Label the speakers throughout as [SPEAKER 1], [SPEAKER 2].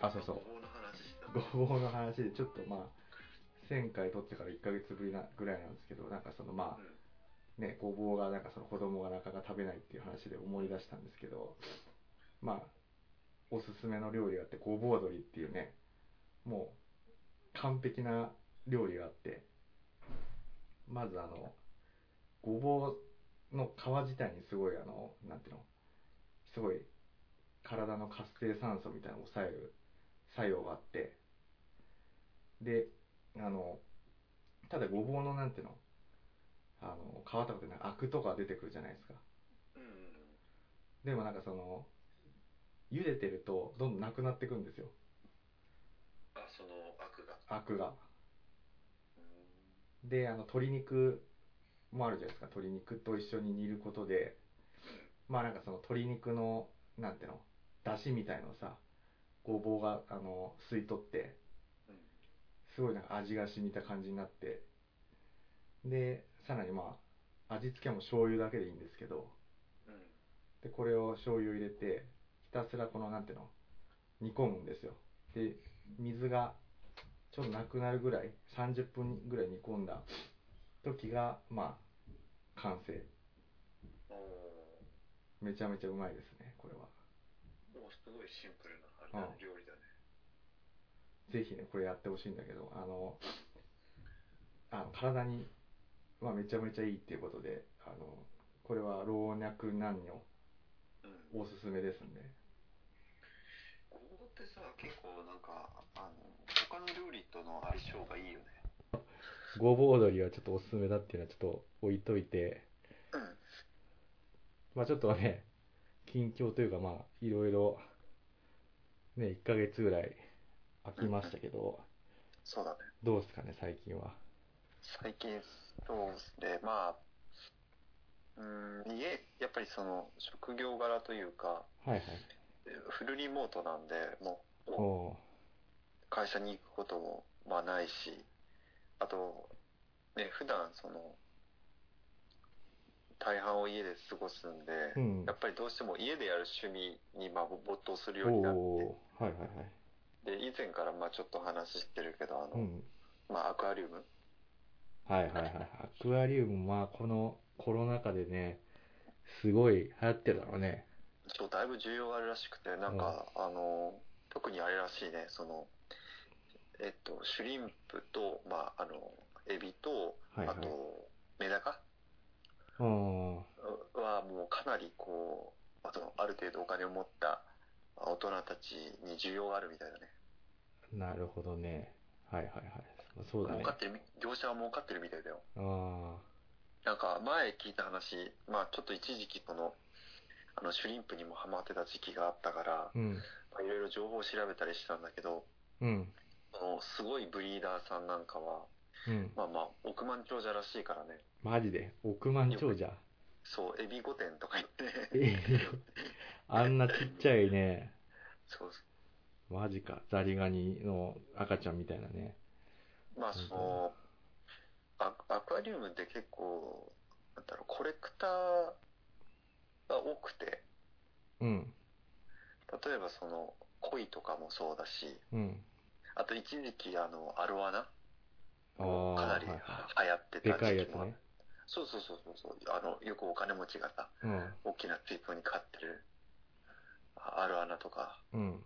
[SPEAKER 1] あそうそう
[SPEAKER 2] ごぼうの話した
[SPEAKER 1] ごぼうの話でちょっとまあ1000回取ってから1ヶ月ぶりなぐらいなんですけどなんかそのま
[SPEAKER 2] うん
[SPEAKER 1] あねごぼうがなんかその子供がなかなか食べないっていう話で思い出したんですけどまあおすすめの料理があってごぼう鶏っていうねもう完璧な料理があってまずあのごぼうの皮自体にすごいあのなんていうのすごい体の活性酸素みたいなのを抑える作用があってであのただごぼうのなんていうのあの皮とかってなんかアクとか出てくるじゃないですか
[SPEAKER 2] うん
[SPEAKER 1] でもなんかその茹でてるとどんどんなくなってくんですよ
[SPEAKER 2] あその悪が
[SPEAKER 1] アクが
[SPEAKER 2] うん
[SPEAKER 1] であの鶏肉もあるじゃないですか鶏肉と一緒に煮ることでまあなんかその鶏肉のなんていうの出汁みたいのをさごぼうがあの吸い取って
[SPEAKER 2] うん
[SPEAKER 1] すごいなんか味が染みた感じになってでさらにまあ味付けも醤油だけでいいんですけど
[SPEAKER 2] うん
[SPEAKER 1] でこれを醤油入れてひたすらこのなんていうの煮込むんですよで水がちょっとなくなるぐらい30分ぐらい煮込んだ時がまあ完成
[SPEAKER 2] おー
[SPEAKER 1] めちゃめちゃうまいですねこれは
[SPEAKER 2] もうすごいシンプルなあれだね
[SPEAKER 1] うん
[SPEAKER 2] 料理だね
[SPEAKER 1] ぜひねこれやってほしいんだけどあのあの体に、まあ、めちゃめちゃいいっていうことであのこれは老若男女
[SPEAKER 2] うん
[SPEAKER 1] おすすめですんで
[SPEAKER 2] ごぼうってさ結構なんかあの他の料理との相性がいいよね
[SPEAKER 1] ごぼう鶏はちょっとおすすめだっていうのはちょっと置いといて
[SPEAKER 2] うん
[SPEAKER 1] まあちょっとね、近況というかまあいろいろ、ね、1ヶ月ぐらい空きましたけど、
[SPEAKER 2] そうだね
[SPEAKER 1] どうですかね、最近は。
[SPEAKER 2] 最近そうですねまあうーん家やっぱりその職業柄というか
[SPEAKER 1] はいはい。
[SPEAKER 2] フルリモートなんでもうもう
[SPEAKER 1] お
[SPEAKER 2] 会社に行くこともまあないしあとね普段その大半を家で過ごすんで、
[SPEAKER 1] うん
[SPEAKER 2] やっぱりどうしても家でやる趣味にまあ没頭する
[SPEAKER 1] ー
[SPEAKER 2] ようになっ
[SPEAKER 1] おーはいはいはい。
[SPEAKER 2] てで以前からまあちょっと話してるけどあの、
[SPEAKER 1] うん。
[SPEAKER 2] まあ、アクアリウム
[SPEAKER 1] はいはいはい。アクアリウム、まあこのコロナ禍でね、すごい流行ってるだろうね。
[SPEAKER 2] そうだいぶ需要あるらしくてなんか、あの特にあれらしいねそのえっとシュリンプとまああのエビと、
[SPEAKER 1] はいはい
[SPEAKER 2] あとメダカ
[SPEAKER 1] うん。
[SPEAKER 2] はもうかなりこうあとある程度お金を持った大人たちに需要があるみたいだね
[SPEAKER 1] なるほどね。はいはいはい。そうだ
[SPEAKER 2] 儲
[SPEAKER 1] ね
[SPEAKER 2] か。ってるみ業者は儲かってるみたいだよ
[SPEAKER 1] あ
[SPEAKER 2] なんか前聞いた話まあちょっと一時期このあのシュリンプにもハマってた時期があったから
[SPEAKER 1] あ。うん。
[SPEAKER 2] まあいろいろ情報を調べたりしたんだけど
[SPEAKER 1] うん。
[SPEAKER 2] あのすごいブリーダーさんなんかは、
[SPEAKER 1] うん。
[SPEAKER 2] まあまあ、億万長者らしいからね、
[SPEAKER 1] マジで、億万長者。
[SPEAKER 2] そう、エビ御殿とか言 ってね、
[SPEAKER 1] え あんなちっちゃいね、
[SPEAKER 2] そう
[SPEAKER 1] マジか、ザリガニの赤ちゃんみたいなね。
[SPEAKER 2] まあそのア、アクアリウムって結構、なんだろう、コレクターが多くて、
[SPEAKER 1] うん、
[SPEAKER 2] 例えばその、鯉とかもそうだし、
[SPEAKER 1] うん。
[SPEAKER 2] あと一時期、あの、アロアナ
[SPEAKER 1] あ
[SPEAKER 2] もかな
[SPEAKER 1] あ
[SPEAKER 2] り
[SPEAKER 1] ー、
[SPEAKER 2] 流
[SPEAKER 1] はいは
[SPEAKER 2] 行って
[SPEAKER 1] い。で
[SPEAKER 2] た
[SPEAKER 1] かい
[SPEAKER 2] 時
[SPEAKER 1] や
[SPEAKER 2] 期
[SPEAKER 1] つ
[SPEAKER 2] もある
[SPEAKER 1] ね。
[SPEAKER 2] そうそうそうそうそう、あの、よくお金持ちがさ、
[SPEAKER 1] うん、
[SPEAKER 2] 大きな水槽に飼ってる、あアロアナとか、
[SPEAKER 1] うん。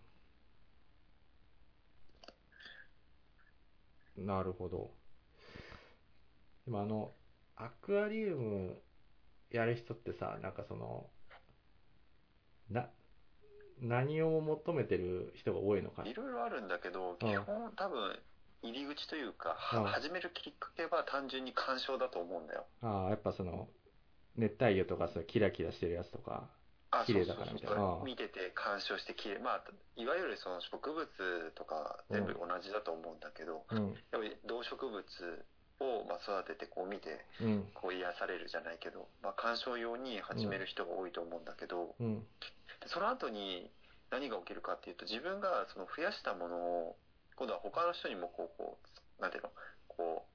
[SPEAKER 1] なるほど。でもあの、アクアリウムやる人ってさ、なんかその、な、何を求めてる人が多いのか
[SPEAKER 2] いろいろあるんだけど、基本多分、入り口というか、
[SPEAKER 1] うん
[SPEAKER 2] は始めるきっかけは単純に鑑賞だと思うんだよ。
[SPEAKER 1] ああ、やっぱその、熱帯魚とかそういうキラキラしてるやつとか。
[SPEAKER 2] あ
[SPEAKER 1] 綺麗だから
[SPEAKER 2] そうそう
[SPEAKER 1] みた
[SPEAKER 2] そ
[SPEAKER 1] い
[SPEAKER 2] う
[SPEAKER 1] なうん
[SPEAKER 2] 見てて鑑賞して綺麗。まあ、いわゆるその植物とか全部同じだと思うんだけど、
[SPEAKER 1] うん、
[SPEAKER 2] やっぱり動植物をまあ育ててこう見て、
[SPEAKER 1] うん、
[SPEAKER 2] こう癒されるじゃないけど、まあ鑑賞用に始める人が多いと思うんだけど、
[SPEAKER 1] うん、
[SPEAKER 2] でその後に何が起きるかっていうと、自分がその増やしたものを、今度は他の人にもこう、こう、なんていうの、こう、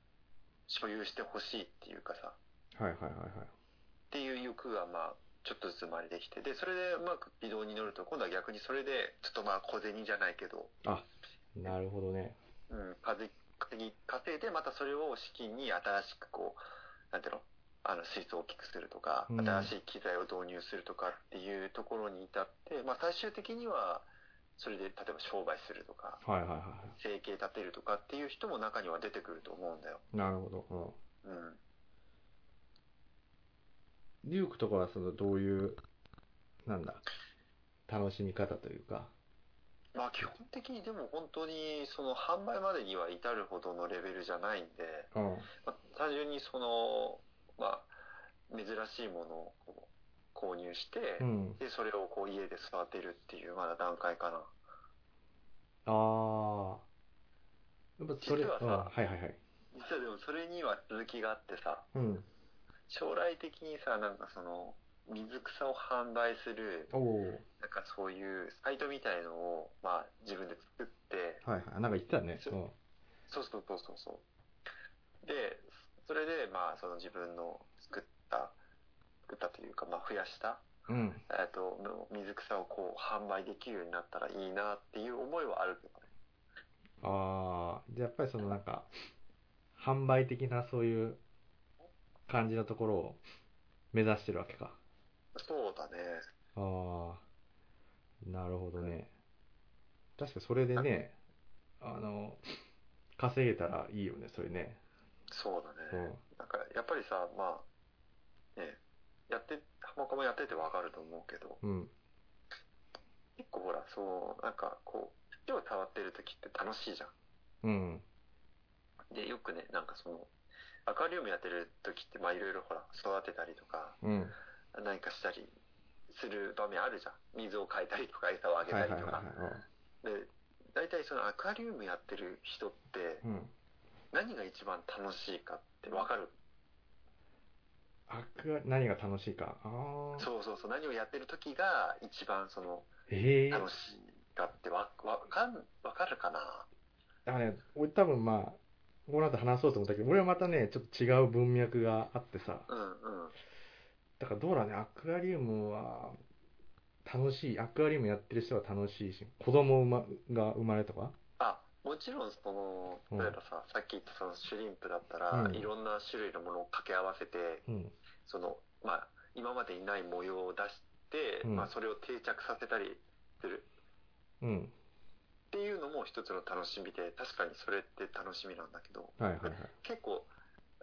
[SPEAKER 2] 所有してほしいっていうかさ、
[SPEAKER 1] はいはいはいはい。
[SPEAKER 2] っていう欲がまあ、ちょっとずつ回りできて、で、それでうまく軌道に乗ると、今度は逆にそれで、ちょっとまあ小銭じゃないけど、
[SPEAKER 1] なるほどね。
[SPEAKER 2] うん、稼ぎ、稼ぎ、稼いで、またそれを資金に新しくこう、なんていうのあの、水槽を大きくするとか、
[SPEAKER 1] うん
[SPEAKER 2] 新しい機材を導入するとかっていうところに至って、まあ最終的には、それで例えば商売するとか、
[SPEAKER 1] はいはいは
[SPEAKER 2] 生計立てるとかっていう人も中には出てくると思うんだよ。
[SPEAKER 1] い。なるほど。
[SPEAKER 2] うん。
[SPEAKER 1] うん。リュークとかはそのどういう、なんだ、楽しみ方というか。
[SPEAKER 2] まあ基本的にでも本当にその販売までには至るほどのレベルじゃないんで、
[SPEAKER 1] うん。
[SPEAKER 2] まあ単純にその、まあ、珍しいものをこう購入して、
[SPEAKER 1] うん。
[SPEAKER 2] で、それをこう家で育てるっていうまだ段階かな。
[SPEAKER 1] ああ。やっぱそれ、
[SPEAKER 2] 実はさ
[SPEAKER 1] うんはいはいはい。
[SPEAKER 2] 実はでもそれには続きがあってさ、
[SPEAKER 1] うん。
[SPEAKER 2] 将来的にさ、なんかその、水草を販売する、
[SPEAKER 1] おお。
[SPEAKER 2] なんかそういうサイトみたいのを、まあ自分で作って、
[SPEAKER 1] はいはい。なんか言ってたね。
[SPEAKER 2] そう
[SPEAKER 1] うん。
[SPEAKER 2] そうそうそうそうそう。で、それで、まあ、その自分の作った、作ったというか、まあ、増やした、
[SPEAKER 1] うん。
[SPEAKER 2] えっと、の水草をこう、販売できるようになったらいいなっていう思いはあるけどね。
[SPEAKER 1] ああ、じゃあやっぱりそのなんか、販売的なそういう感じのところを目指してるわけか。
[SPEAKER 2] そうだね。
[SPEAKER 1] ああ、なるほどね。確かそれでね、あの、稼げたらいいよね、それね。
[SPEAKER 2] そう
[SPEAKER 1] う
[SPEAKER 2] だね。
[SPEAKER 1] ん。
[SPEAKER 2] なんか、やっぱりさ、まあ、ね、やって、浜岡もやっててわかると思うけど、
[SPEAKER 1] うん。
[SPEAKER 2] 結構ほら、そう、なんかこう、手を触ってる時って楽しいじゃん。
[SPEAKER 1] うん。
[SPEAKER 2] で、よくね、なんかその、アクアリウムやってる時って、まあいろいろほら、育てたりとか、
[SPEAKER 1] うん。
[SPEAKER 2] 何かしたりする場面あるじゃん。水を変えたりとか、餌をあげ
[SPEAKER 1] はい
[SPEAKER 2] た
[SPEAKER 1] はい
[SPEAKER 2] り
[SPEAKER 1] はい
[SPEAKER 2] とか。
[SPEAKER 1] は
[SPEAKER 2] で、大体そのアクアリウムやってる人って
[SPEAKER 1] い。、うん。
[SPEAKER 2] 何が一番楽しいかってわかる。
[SPEAKER 1] あく、何が楽しいか。ああ。
[SPEAKER 2] そうそうそう、何をやってる時が一番その、
[SPEAKER 1] ええ
[SPEAKER 2] 楽しいかってわ、わかん、わかるかな
[SPEAKER 1] だからね、俺多分まあ、この後話そうと思ったけど、俺はまたね、ちょっと違う文脈があってさ、
[SPEAKER 2] うんうん。
[SPEAKER 1] だからどうだろうね、アクアリウムは楽しい、アクアリウムやってる人は楽しいし、子供まが生まれとか、
[SPEAKER 2] あ、もちろんその、
[SPEAKER 1] うん
[SPEAKER 2] 例えばさ、さっき言ったそのシュリンプだったら、
[SPEAKER 1] うん
[SPEAKER 2] いろんな種類のものを掛け合わせて、
[SPEAKER 1] うん、
[SPEAKER 2] その、まあ、今までにない模様を出して、
[SPEAKER 1] うん
[SPEAKER 2] まあ、それを定着させたりする
[SPEAKER 1] うん、
[SPEAKER 2] っていうのも一つの楽しみで、確かにそれって楽しみなんだけど、
[SPEAKER 1] はいはいはい、
[SPEAKER 2] 結構、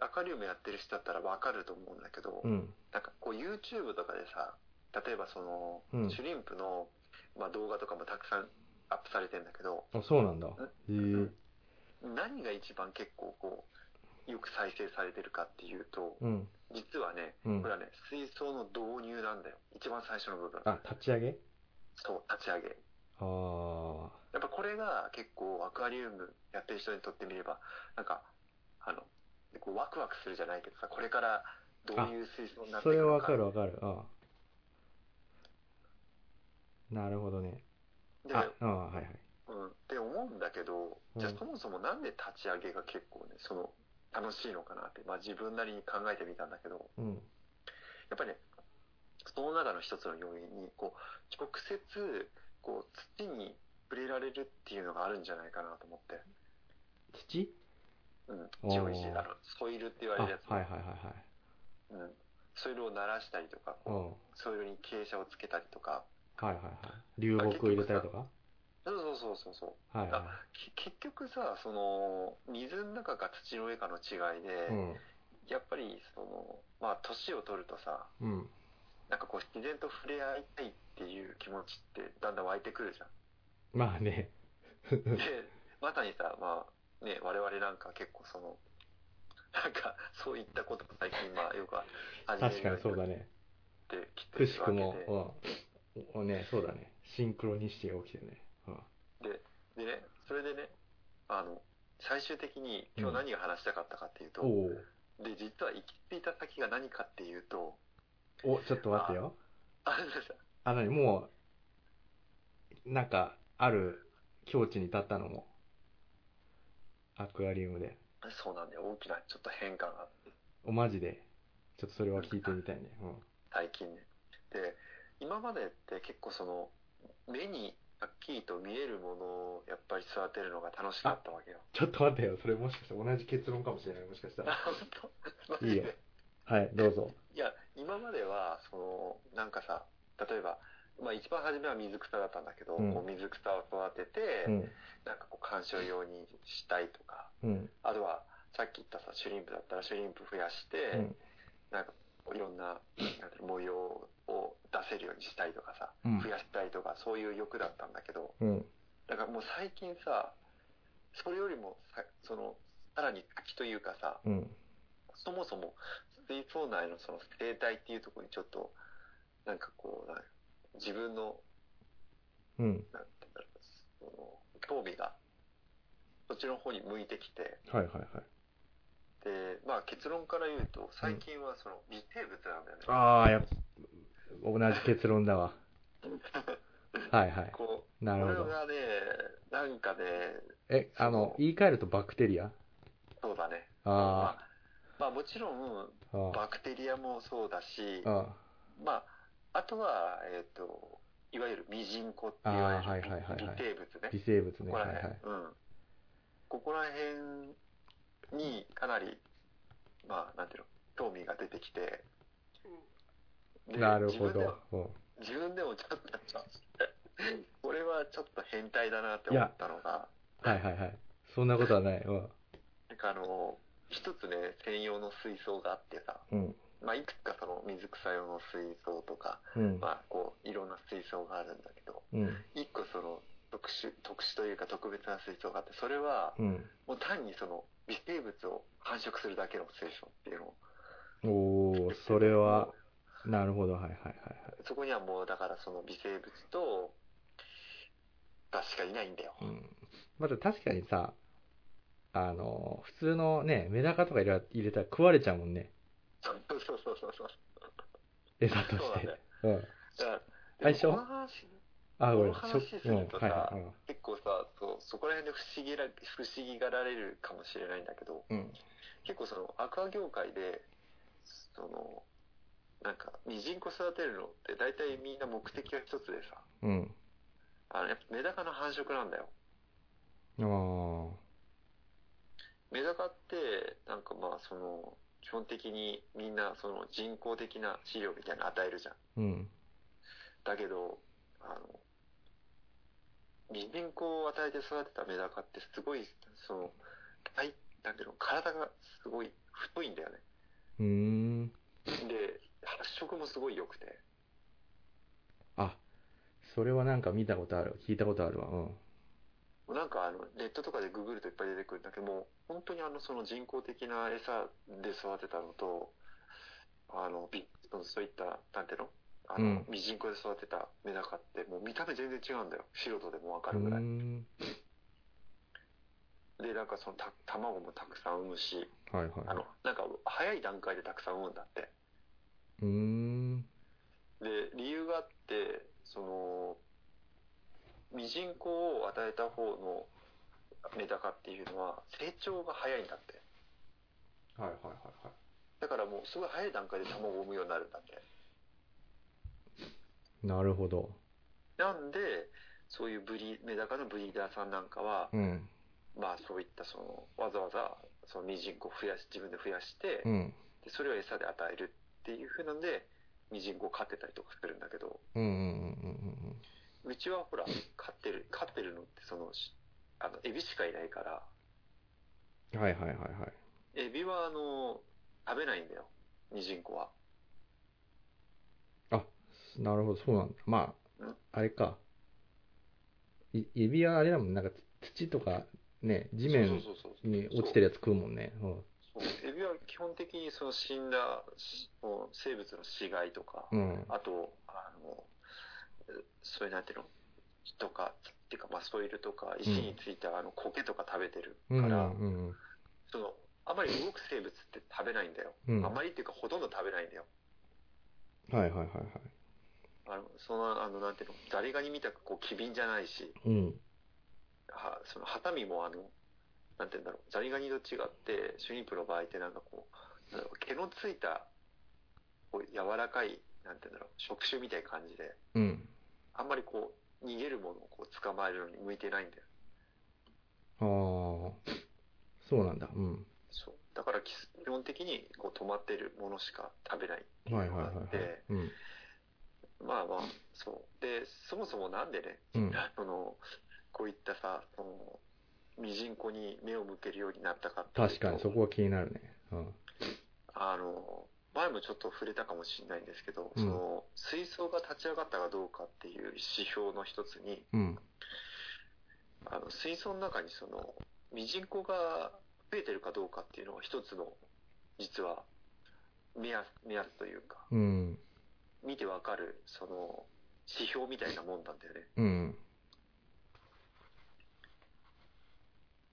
[SPEAKER 2] アクアリウムやってる人だったらわかると思うんだけど、
[SPEAKER 1] うん、
[SPEAKER 2] なんかこう YouTube とかでさ、例えばその、
[SPEAKER 1] うん
[SPEAKER 2] シュリンプの、まあ、動画とかもたくさんアップされてんだけど、
[SPEAKER 1] あ、そうなんだ、へえ
[SPEAKER 2] 何が一番結構こう、よく再生されてるかっていうと、
[SPEAKER 1] うん、
[SPEAKER 2] 実はね、
[SPEAKER 1] うん
[SPEAKER 2] これ、はね、水槽の導入なんだよ。一番最初の部分。
[SPEAKER 1] あ、立ち上げ
[SPEAKER 2] そう、立ち上げ。
[SPEAKER 1] ああ、
[SPEAKER 2] やっぱこれが結構アクアリウムやってる人にとってみれば、なんか、あの、こうワクワクするじゃないけどさ、これからどういう水槽になって
[SPEAKER 1] そ
[SPEAKER 2] いく
[SPEAKER 1] れは
[SPEAKER 2] の
[SPEAKER 1] わか
[SPEAKER 2] か。
[SPEAKER 1] るわかる、ああ、なるほどね、
[SPEAKER 2] で、
[SPEAKER 1] あ、ああ、はいはい、
[SPEAKER 2] うん、って思うんだけど、
[SPEAKER 1] うん
[SPEAKER 2] じゃあそもそもなんで立ち上げが結構ね、その、楽しいのかなって、まあ自分なりに考えてみたんだけど、
[SPEAKER 1] うん、
[SPEAKER 2] やっぱりね、その中の一つの要因に、こう、直接、こう、土に触れられるっていうのがあるんじゃないかなと思って。
[SPEAKER 1] 土
[SPEAKER 2] うん。
[SPEAKER 1] おー
[SPEAKER 2] 地方維持、あの、ソイルって言わ
[SPEAKER 1] あ、
[SPEAKER 2] れ
[SPEAKER 1] はい
[SPEAKER 2] るやつ。
[SPEAKER 1] はいはい
[SPEAKER 2] う
[SPEAKER 1] は
[SPEAKER 2] ん、ソイルを鳴らしたりとか、
[SPEAKER 1] い、うん、
[SPEAKER 2] ソイルに傾斜をつけたりとか、
[SPEAKER 1] はいはいはい、流木入れたりとか、
[SPEAKER 2] そうそうそうそう。
[SPEAKER 1] はいは
[SPEAKER 2] き結局さ、その、水の中か土の上かの違いで、
[SPEAKER 1] い、うん、
[SPEAKER 2] やっぱり、その、まあ、年を取るとさ、
[SPEAKER 1] うん、
[SPEAKER 2] なんかこう、自然と触れ合いたいっていう気持ちって、だんだん湧いてくるじゃ
[SPEAKER 1] まあね、
[SPEAKER 2] ん。で、まさにさ、まあ、ね、我々なんか結構その、なんか、そういったことも最近、まあ、よく始
[SPEAKER 1] 確かにそうだ
[SPEAKER 2] ね。
[SPEAKER 1] ね。
[SPEAKER 2] ってきて
[SPEAKER 1] く
[SPEAKER 2] る
[SPEAKER 1] しく
[SPEAKER 2] わ
[SPEAKER 1] も
[SPEAKER 2] けで、
[SPEAKER 1] うんおね、そうだね、シンクロニシティが起きてね。うん
[SPEAKER 2] でね、それでね、あの、最終的に今日何が話したかったかっていうと、
[SPEAKER 1] おう
[SPEAKER 2] で、実は行き着いた先が何かっていうと、
[SPEAKER 1] お、ちょっと待ってよ。
[SPEAKER 2] あれさ、
[SPEAKER 1] あの、もう、なんか、ある境地に立ったのも、アクアリウムで。
[SPEAKER 2] そうなんだよ、大きなちょっと変化が
[SPEAKER 1] お、マジで。ちょっとそれは聞いてみたいね。
[SPEAKER 2] 最近ね。って今までって結構その目にはっきりと見えるものをやっぱり育てるのが楽しかったわけよ。
[SPEAKER 1] ちょっと待ってよ。それもしかして同じ結論かもしれない。もしかし たら。
[SPEAKER 2] 本当
[SPEAKER 1] いいよ はい、どうぞ。
[SPEAKER 2] いや今まではそのなんかさ例えば、まあ、一番初めは水草だったんだけど、
[SPEAKER 1] うん
[SPEAKER 2] こう水草を育てて、
[SPEAKER 1] うん。
[SPEAKER 2] なんかこう観賞用にしたいとか
[SPEAKER 1] うん。
[SPEAKER 2] あとはさっき言ったさシュリンプだったらシュリンプ増やして、
[SPEAKER 1] うん
[SPEAKER 2] なんかこういろんななんていうの模様を出せるようにしたいとかさ
[SPEAKER 1] うん
[SPEAKER 2] 増やしたいとかそういう欲だったんだけど
[SPEAKER 1] うん。
[SPEAKER 2] だからもう最近さそれよりもさそのさらに先というかさ
[SPEAKER 1] うん。
[SPEAKER 2] そもそも水槽内のその生態っていうところにちょっとなんかこうなん自分の
[SPEAKER 1] うん。
[SPEAKER 2] なんていうんだろうその興味がそっちの方に向いてきて
[SPEAKER 1] はいはいはい。
[SPEAKER 2] で、まあ、結論から言うと最近はその微生物なんだよね、
[SPEAKER 1] ああ、やっぱ同じ結論だわ。 はいはい。
[SPEAKER 2] こう
[SPEAKER 1] なるほ
[SPEAKER 2] これ
[SPEAKER 1] ど。
[SPEAKER 2] がねなんかね
[SPEAKER 1] え、あの、言い換えるとバクテリア
[SPEAKER 2] そうだね
[SPEAKER 1] あ
[SPEAKER 2] まあ、まあもちろん
[SPEAKER 1] あ、あ
[SPEAKER 2] バクテリアもそうだし
[SPEAKER 1] あ、あ
[SPEAKER 2] まああとはえっ、といわゆるミジンコって言わ
[SPEAKER 1] あーは
[SPEAKER 2] れ
[SPEAKER 1] い
[SPEAKER 2] る
[SPEAKER 1] はいはいは
[SPEAKER 2] 微
[SPEAKER 1] い
[SPEAKER 2] 生物ね
[SPEAKER 1] あ、微生物
[SPEAKER 2] こ
[SPEAKER 1] ね。
[SPEAKER 2] こ
[SPEAKER 1] は
[SPEAKER 2] ら
[SPEAKER 1] いは
[SPEAKER 2] 辺、
[SPEAKER 1] い。
[SPEAKER 2] うん。ここら辺にかなり、まあ、なんていうの、興味が出てきて、で
[SPEAKER 1] なるほ
[SPEAKER 2] 自分で
[SPEAKER 1] ど
[SPEAKER 2] も。
[SPEAKER 1] うん
[SPEAKER 2] 自分でもちょっと、ちょっとこれはちょっと変態だなって思ったのが、
[SPEAKER 1] はいはいはい。そんなことはない。うん
[SPEAKER 2] なんかあの、一つね、専用の水槽があってさ、
[SPEAKER 1] うん。
[SPEAKER 2] まあ、いくつかその水草用の水槽とか、
[SPEAKER 1] うん。
[SPEAKER 2] まあ、こう、いろんな水槽があるんだけど、
[SPEAKER 1] うん。
[SPEAKER 2] 一個その、特殊、特殊というか特別な水槽があって、それは、
[SPEAKER 1] うん。
[SPEAKER 2] もう単にその微生物を繁殖するだけの水槽っていうのを
[SPEAKER 1] おおそれは、なるほど。はいはいはいはい。
[SPEAKER 2] そこにはもうだからその微生物とがしかいないんだよ、
[SPEAKER 1] うんまだ確かにさ、あの、普通のね、メダカとか入れ入れたら食われちゃうもんね。
[SPEAKER 2] そうそうそうそうそう
[SPEAKER 1] 餌と
[SPEAKER 2] そう
[SPEAKER 1] し
[SPEAKER 2] なんだ
[SPEAKER 1] て
[SPEAKER 2] よ。
[SPEAKER 1] う
[SPEAKER 2] だ
[SPEAKER 1] ん。
[SPEAKER 2] から
[SPEAKER 1] 最初
[SPEAKER 2] でもこの話
[SPEAKER 1] あ、ごめん。
[SPEAKER 2] この話
[SPEAKER 1] しょ
[SPEAKER 2] するとさ
[SPEAKER 1] うんはいはい
[SPEAKER 2] 結構さそうそこら辺で不思議ら不思議がられるかもしれないんだけど
[SPEAKER 1] うん。
[SPEAKER 2] 結構そのアクア業界でそのなんかミジンコ育てるのって大体みんな目的が一つでさ
[SPEAKER 1] うん。
[SPEAKER 2] あのやっぱメダカの繁殖なんだよ
[SPEAKER 1] うん。あ
[SPEAKER 2] メダカってなんかまあその基本的にみんなその人工的な飼料みたいなの与えるじゃん
[SPEAKER 1] あ。うん。
[SPEAKER 2] だけどあのミジンコを与えて育てたメダカってすごいその体なんていうの体がすごい太いんだよね
[SPEAKER 1] うーん。
[SPEAKER 2] で発色もすごい良くて
[SPEAKER 1] あ、それはなんか見たことある。聞いたことあるわ。うん。
[SPEAKER 2] なんかあのネットとかでググるといっぱい出てくるんだけどもう本当にあのその人工的な餌で育てたのとあのビそのそういったなんていうのあの、
[SPEAKER 1] うん
[SPEAKER 2] ミジンコで育てたメダカってもう見た目全然違うんだよ素人でもわか
[SPEAKER 1] う
[SPEAKER 2] るぐらい、
[SPEAKER 1] ーん。
[SPEAKER 2] でなんかそのた卵もたくさん産むし
[SPEAKER 1] はいはい。
[SPEAKER 2] あのなんか早い段階でたくさん産むんだって
[SPEAKER 1] うーん。
[SPEAKER 2] で理由があってそのミジンコを与えた方のメダカっていうのは成長が早いんだって
[SPEAKER 1] はいはいはいは
[SPEAKER 2] だからもうすごい早い段階で卵を産むようになるんだって。
[SPEAKER 1] い。なるほど。
[SPEAKER 2] なんで、そういうブリ、メダカのブリーダーさんなんかは、
[SPEAKER 1] うん。
[SPEAKER 2] まあそういったその、わざわざ、そのミジンコを増やし、自分で増やして、
[SPEAKER 1] うん。
[SPEAKER 2] でそれを餌で与えるっていう風なんで、ミジンコを飼ってたりとかするんだけど、
[SPEAKER 1] うんうんうんうん
[SPEAKER 2] うちはほら、飼ってる、飼ってるのってその、しあの、エビしかいないから、
[SPEAKER 1] うん。はいはいはいはい。
[SPEAKER 2] エビはあの、食べないんだよ、ミジンコは。
[SPEAKER 1] あ、なるほど、そうなんだ。ま
[SPEAKER 2] う
[SPEAKER 1] あ
[SPEAKER 2] ん、
[SPEAKER 1] あれか。い指輪あれだもん、なんかつ土とかね、地面
[SPEAKER 2] そうそうそうそう
[SPEAKER 1] に落ちてるやつ食うもんね。
[SPEAKER 2] そうエビは基本的にその死んだしもう生物の死骸とか、
[SPEAKER 1] うん。うん
[SPEAKER 2] あと、あの、えそういうなんていうの木とか、っていうか、まあ、ソイルとか、石についたあの苔とか食べてる
[SPEAKER 1] うん
[SPEAKER 2] か
[SPEAKER 1] う
[SPEAKER 2] ら、
[SPEAKER 1] ん
[SPEAKER 2] その、あまり動く生物って食べないんだよ。
[SPEAKER 1] うん。
[SPEAKER 2] あ
[SPEAKER 1] はい
[SPEAKER 2] まりっていうか、ほとんど食べないんだよ。
[SPEAKER 1] はいはいはい。
[SPEAKER 2] あの、その、あの、なんていうの、ザリガニみたく、こう、機敏じゃないし、
[SPEAKER 1] うん。
[SPEAKER 2] は、その、ハサミもあの、なんていうんだろう、ザリガニと違って、シュリンプの場合ってなんかこう、なんだろう毛のついた、こう、柔らかい、なんていうんだろう、触手みたいな感じで、
[SPEAKER 1] うん。
[SPEAKER 2] あんまりこう、逃げるものをこう捕まえるのに向いてないんだよ。
[SPEAKER 1] ああ。そうなんだ。うん。
[SPEAKER 2] そう。だから基基本的にこう止まってるものしか食べないっていう
[SPEAKER 1] はい
[SPEAKER 2] の
[SPEAKER 1] はい
[SPEAKER 2] があ
[SPEAKER 1] は
[SPEAKER 2] っ
[SPEAKER 1] い
[SPEAKER 2] て、
[SPEAKER 1] はい。うん。
[SPEAKER 2] まあまあ、そう。で、そもそもなんでね、
[SPEAKER 1] うん。
[SPEAKER 2] あの、こういったさ、その、ミジンコに目を向けるようになったかっていうと
[SPEAKER 1] 確かにそこは気になるね。うん。
[SPEAKER 2] あの、前もちょっと触れたかもしれないんですけど、
[SPEAKER 1] うん
[SPEAKER 2] その、水槽が立ち上がったかどうかっていう指標の一つに、
[SPEAKER 1] うん。
[SPEAKER 2] あの、水槽の中にその、ミジンコが増えてるかどうかっていうのが一つの、実は、目安、目安というか、
[SPEAKER 1] うん。
[SPEAKER 2] 見てわかる、その、指標みたいなもんなんだよね。
[SPEAKER 1] うん。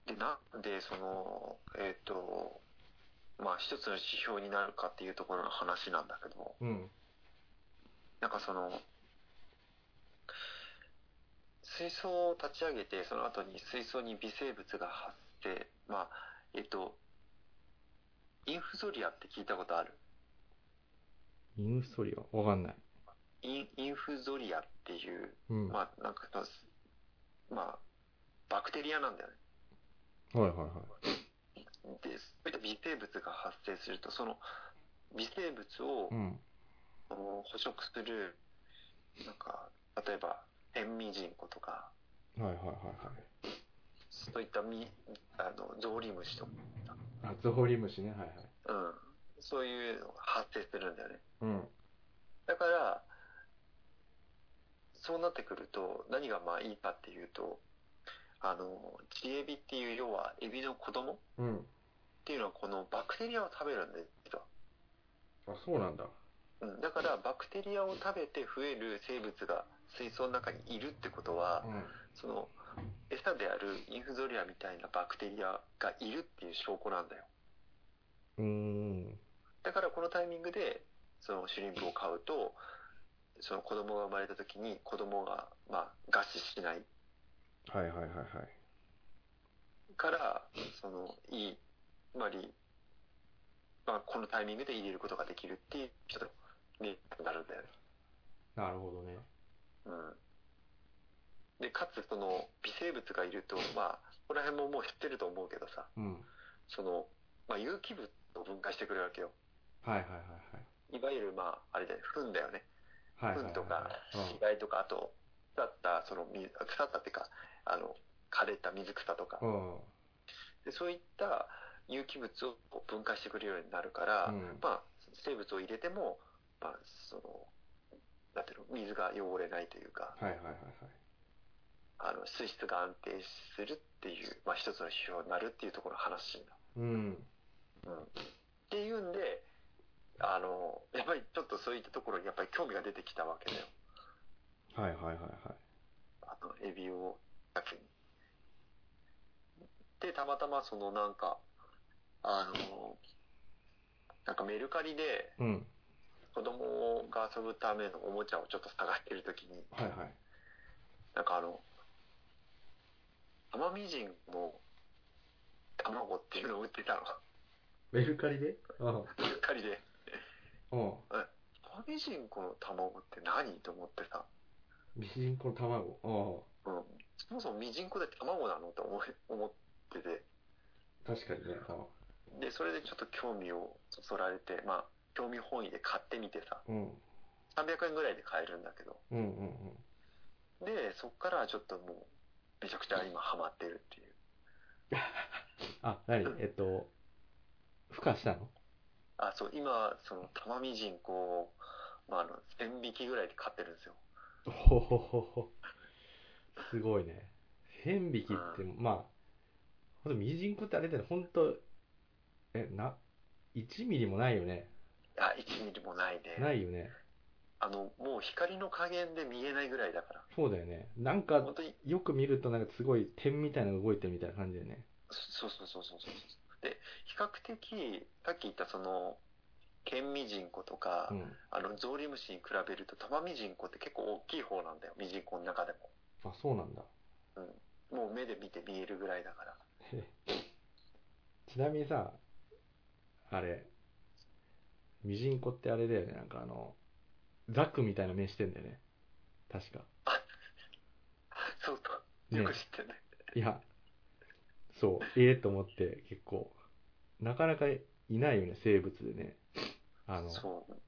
[SPEAKER 2] で、なんで、その、えっ、と、まあ、一つの指標になるかっていうところの話なんだけど、
[SPEAKER 1] うん。
[SPEAKER 2] なんかその、水槽を立ち上げて、その後に水槽に微生物が発生、まあ、えっ、と、インフゾリアって聞いたことある
[SPEAKER 1] インストリアわかんない。
[SPEAKER 2] インインフゾリアっていう、
[SPEAKER 1] うん。はい
[SPEAKER 2] まあ、なんかその、まあ、バクテリアなんだよね。
[SPEAKER 1] はいはい。
[SPEAKER 2] で、そういった微生物が発生すると、その微生物を
[SPEAKER 1] うん。
[SPEAKER 2] あの捕食する、なんか、例えば、塩味人コとか、
[SPEAKER 1] はいはいはいはい。
[SPEAKER 2] そういったみあの、ゾウリムシとか、
[SPEAKER 1] あ、ゾウリムシね。はいはい。
[SPEAKER 2] うん、そういうのが発生するんだよね。
[SPEAKER 1] うん。
[SPEAKER 2] だから、そうなってくると、何がまあいいかっていうと、あの、チエビっていう、要は、エビの子供っ
[SPEAKER 1] うん。
[SPEAKER 2] ていうのは、このバクテリアを食べるんだよ、実は。
[SPEAKER 1] あ、そうなんだ。
[SPEAKER 2] うん、だからバクテリアを食べて増える生物が水槽の中にいるってことは、その餌であるインフゾリアみたいなバクテリアがいるっていう証拠なんだよ。
[SPEAKER 1] うん。う
[SPEAKER 2] だからこのタイミングでそのシュリンプを買うと、その子供が生まれた時に子供がまあ餓死しない
[SPEAKER 1] ーん。はいはいはいはい。
[SPEAKER 2] から、そのいい、つまり、まあこのタイミングで入れることができるっていう、ちょっと、ね、なるんだよね。
[SPEAKER 1] なるほどね。
[SPEAKER 2] うんで、かつ、その、微生物がいると、まあ、この辺ももう知ってると思うけどさ、
[SPEAKER 1] うん。
[SPEAKER 2] その、まあ、有機物を分解してくれるわけよ。
[SPEAKER 1] はいはい
[SPEAKER 2] いわゆる、まあ、あれだよね、糞だよね。
[SPEAKER 1] はいはい。はいは
[SPEAKER 2] 糞
[SPEAKER 1] いはい
[SPEAKER 2] とか、死骸とか、あと、腐った、その、水腐ったっていうか、あの、枯れた水草とか
[SPEAKER 1] う、ん。うん。
[SPEAKER 2] でそういった有機物をこう分解してくれるようになるから、
[SPEAKER 1] うん
[SPEAKER 2] まあ、生物を入れても、まあ、その、なんていうの、水が汚れないというか、
[SPEAKER 1] はいはいはいはい。
[SPEAKER 2] あの水質が安定するっていう、まあ、一つの指標になるっていうところの話だ。
[SPEAKER 1] うん。
[SPEAKER 2] うん、っていうんであのやっぱりちょっとそういったところにやっぱり興味が出てきたわけだよ
[SPEAKER 1] はいはいはいはい。
[SPEAKER 2] あのエビをだけに。でたまたまそのなんかあのなんかメルカリで
[SPEAKER 1] うん。
[SPEAKER 2] 子供が遊ぶためのおもちゃをちょっと探してるときに
[SPEAKER 1] はいはい。
[SPEAKER 2] なんかあの、アマミジンの卵っていうのを売ってたの。
[SPEAKER 1] メルカリでうん。
[SPEAKER 2] メルカリで。
[SPEAKER 1] うん。
[SPEAKER 2] アマミジンコの卵って何と思ってさ。
[SPEAKER 1] ミジンコの卵。うん。
[SPEAKER 2] うん。そもそもミジンコで卵なのって思い思ってて。
[SPEAKER 1] 確かにね。
[SPEAKER 2] で、それでちょっと興味をそそられて、まあ、興味本位で買ってみてさ。
[SPEAKER 1] うん。
[SPEAKER 2] 300円ぐらいで買えるんだけど。
[SPEAKER 1] うんうんうん。
[SPEAKER 2] で、そっからちょっともう、めちゃくちゃ今ハマってるっていう。
[SPEAKER 1] あ、なにえっと、孵化したの
[SPEAKER 2] あ、そう、今、その、タマミジンコを、まあ、あの、1000匹ぐらいで買ってるんですよ。
[SPEAKER 1] ほほほほ。すごいね。千匹って、まあ、ほんと、ミジンコってあれだよね、ほんと、え、な、1ミリもないよね。
[SPEAKER 2] あ、1ミリもないね。
[SPEAKER 1] ないよね。
[SPEAKER 2] あの、もう光の加減で見えないぐらいだから。
[SPEAKER 1] そうだよね。なん
[SPEAKER 2] 本
[SPEAKER 1] か、
[SPEAKER 2] 当に、
[SPEAKER 1] よく見るとなんかすごい点みたいなのが動いてるみたいな感じだよね。
[SPEAKER 2] そそうそうそうそうそうそう。で、比較的、さっき言ったその、ケンミジンコとか、
[SPEAKER 1] うん。
[SPEAKER 2] あの、ゾウリムシに比べると、タマミジンコって結構大きい方なんだよ、ミジンコの中で
[SPEAKER 1] あ、そうなんだ。
[SPEAKER 2] も。もう目で見て見えるぐらいだから。
[SPEAKER 1] へちなみにさ、あれ、ミジンコってあれだよね、なんかあの、ザクみたいな目してんだよね。確か。
[SPEAKER 2] そうか。
[SPEAKER 1] ね
[SPEAKER 2] よく知ってるね。
[SPEAKER 1] いや、そう、ええと思って結構、なかなかいないよね、生物でね。あの、
[SPEAKER 2] そう。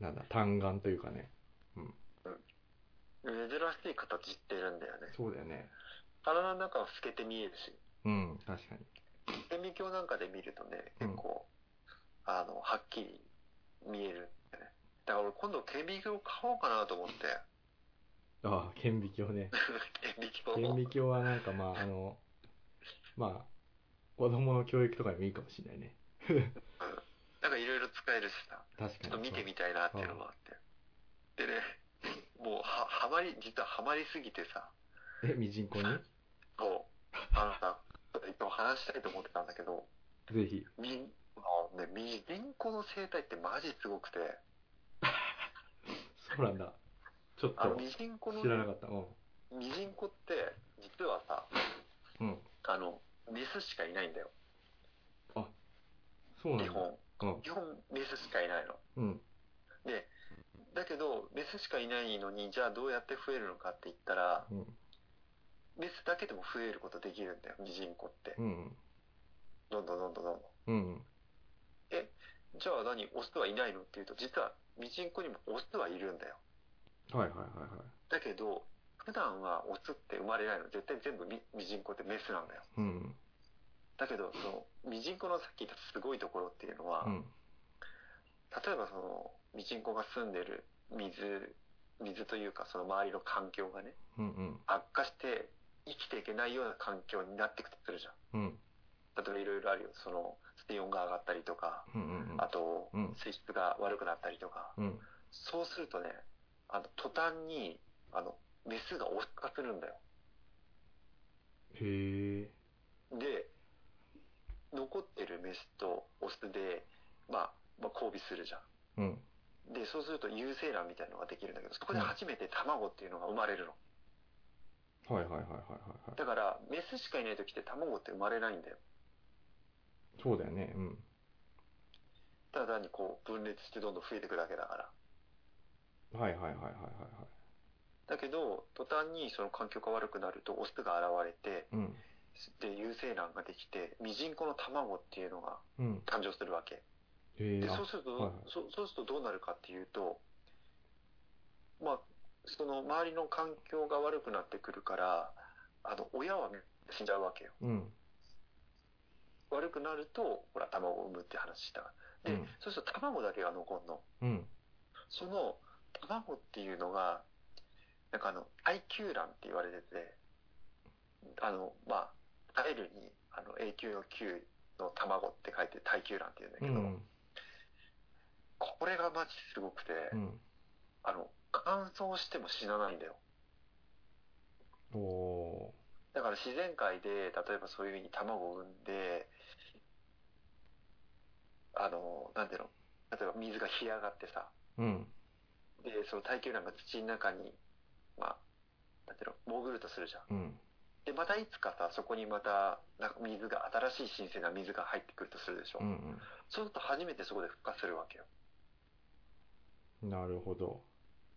[SPEAKER 1] なんだ、単眼というかね。
[SPEAKER 2] 珍しい形してるんだよね。
[SPEAKER 1] そうだよね。
[SPEAKER 2] 体の中は透けて見えるし、
[SPEAKER 1] うん、確かに。
[SPEAKER 2] 顕微鏡なんかで見るとね、
[SPEAKER 1] うん
[SPEAKER 2] 結構、あの、はっきり見えるんだよね。だから俺今度顕微鏡買おうかなと思って。
[SPEAKER 1] ああ、顕微鏡ね。
[SPEAKER 2] 顕微
[SPEAKER 1] 顕
[SPEAKER 2] 鏡
[SPEAKER 1] 微鏡はなんかまあ、あの、まあ、子供の教育とかにもいいかもしれないね。
[SPEAKER 2] なんかいろいろ使えるしさ、ち
[SPEAKER 1] 確
[SPEAKER 2] ょっ
[SPEAKER 1] か
[SPEAKER 2] と
[SPEAKER 1] に。
[SPEAKER 2] 見てみたいなっていうのもあって。でね、もうは、はまり、実ははまりすぎてさ、
[SPEAKER 1] え、ミジンコにぜ
[SPEAKER 2] こう、あのさ、一応話したいと思ってたんだけど、
[SPEAKER 1] ひ。
[SPEAKER 2] み、あのね、ミジンコの生態ってマジすごくて、
[SPEAKER 1] そうなんだ。ちょっ
[SPEAKER 2] あの
[SPEAKER 1] と
[SPEAKER 2] ミジンコの
[SPEAKER 1] 知らな
[SPEAKER 2] ね、
[SPEAKER 1] かった。うん。
[SPEAKER 2] ミジンコって、実はさ、
[SPEAKER 1] うん。
[SPEAKER 2] あの、メスしかいないんだよ、
[SPEAKER 1] そうな
[SPEAKER 2] 基
[SPEAKER 1] んだ。
[SPEAKER 2] 本。
[SPEAKER 1] うん。
[SPEAKER 2] 基本メスしかいないの。
[SPEAKER 1] うん。
[SPEAKER 2] で、だけど、メスしかいないのに、じゃあどうやって増えるのかって言ったら、
[SPEAKER 1] うん。
[SPEAKER 2] メスだけでも増えることできるんだよ、ミジンコって
[SPEAKER 1] う。ん。
[SPEAKER 2] どんどんどんどんどんどん。
[SPEAKER 1] うん。
[SPEAKER 2] じゃあ何、オスはいないのっていうと、実はミジンコにもオスはいるんだよ。
[SPEAKER 1] はいはいはいはい。
[SPEAKER 2] だけど、普段はオスって生まれないの、絶対全部ミミジンコってメスなんだよ。
[SPEAKER 1] うん。
[SPEAKER 2] だけど、その、ミジンコのさっき言ったすごいところっていうのは、
[SPEAKER 1] うん。
[SPEAKER 2] 例えばその、ミジンコが住んでる水、水というかその周りの環境がね、
[SPEAKER 1] うんうん。
[SPEAKER 2] 悪化して生きていけないような環境になっていくとするじゃん。
[SPEAKER 1] うん。
[SPEAKER 2] 例えばいろいろあるよ。その、水温が上がったりとか、
[SPEAKER 1] うんうん
[SPEAKER 2] あと
[SPEAKER 1] うん、
[SPEAKER 2] 水質が悪くなったりとか、
[SPEAKER 1] うん。うん。
[SPEAKER 2] そうするとね、あの、途端に、あの、メスが追っかけるんだよ。
[SPEAKER 1] へえ。
[SPEAKER 2] で、残ってるメスとオスで、まあ、まあ、交尾するじゃん。
[SPEAKER 1] うん。
[SPEAKER 2] で、そうすると有精卵みたいなのができるんだけど、そこで
[SPEAKER 1] うん
[SPEAKER 2] 初めて卵っていうのが生まれるの。
[SPEAKER 1] はいはいはいはいはいはい。
[SPEAKER 2] だから、メスしかいない時って卵って生まれないんだよ。
[SPEAKER 1] そうだよね。うん。
[SPEAKER 2] ただ単にこう、分裂してどんどん増えていくだけだから。
[SPEAKER 1] はいはいはいはいはいはい。
[SPEAKER 2] だけど、途端にその環境が悪くなると、オスが現れて、
[SPEAKER 1] うん。
[SPEAKER 2] で、有精卵ができて、ミジンコの卵っていうのが
[SPEAKER 1] うん。
[SPEAKER 2] 誕生するわけ。
[SPEAKER 1] へえ。
[SPEAKER 2] で、
[SPEAKER 1] あ
[SPEAKER 2] そうすると、
[SPEAKER 1] はいはい
[SPEAKER 2] そそうするとどうなるかっていうと、まあ、その周りの環境が悪くなってくるから、あの、親は死んじゃうわけよ。
[SPEAKER 1] うん。
[SPEAKER 2] 悪くなると、ほら、卵を産むって話した。で、
[SPEAKER 1] うん
[SPEAKER 2] そうすると卵だけが残るの。
[SPEAKER 1] うん。
[SPEAKER 2] その卵っていうのが、なんかあの、IQ 欄って言われてて、あの、まあ、耐えるに、あの、永久の Q の卵って書いて耐久欄って言うんだけど、
[SPEAKER 1] うん。
[SPEAKER 2] これがマジすごくて、
[SPEAKER 1] うん。
[SPEAKER 2] あの、乾燥しても死なないんだよ。
[SPEAKER 1] おお
[SPEAKER 2] だから自然界で、例えばそういうふうに卵を産んで、あの、なんていうの、例えば水が干上がってさ、
[SPEAKER 1] ー。うん。
[SPEAKER 2] で、その耐久欄が土の中に、まあ、なんていうの、潜るとするじゃん。
[SPEAKER 1] うん。
[SPEAKER 2] で、またいつかさ、そこにまた、なんか水が、新しい新鮮な水が入ってくるとするでしょ。
[SPEAKER 1] うん。
[SPEAKER 2] そうすると初めてそこで復活するわけよ。
[SPEAKER 1] うん。なるほど。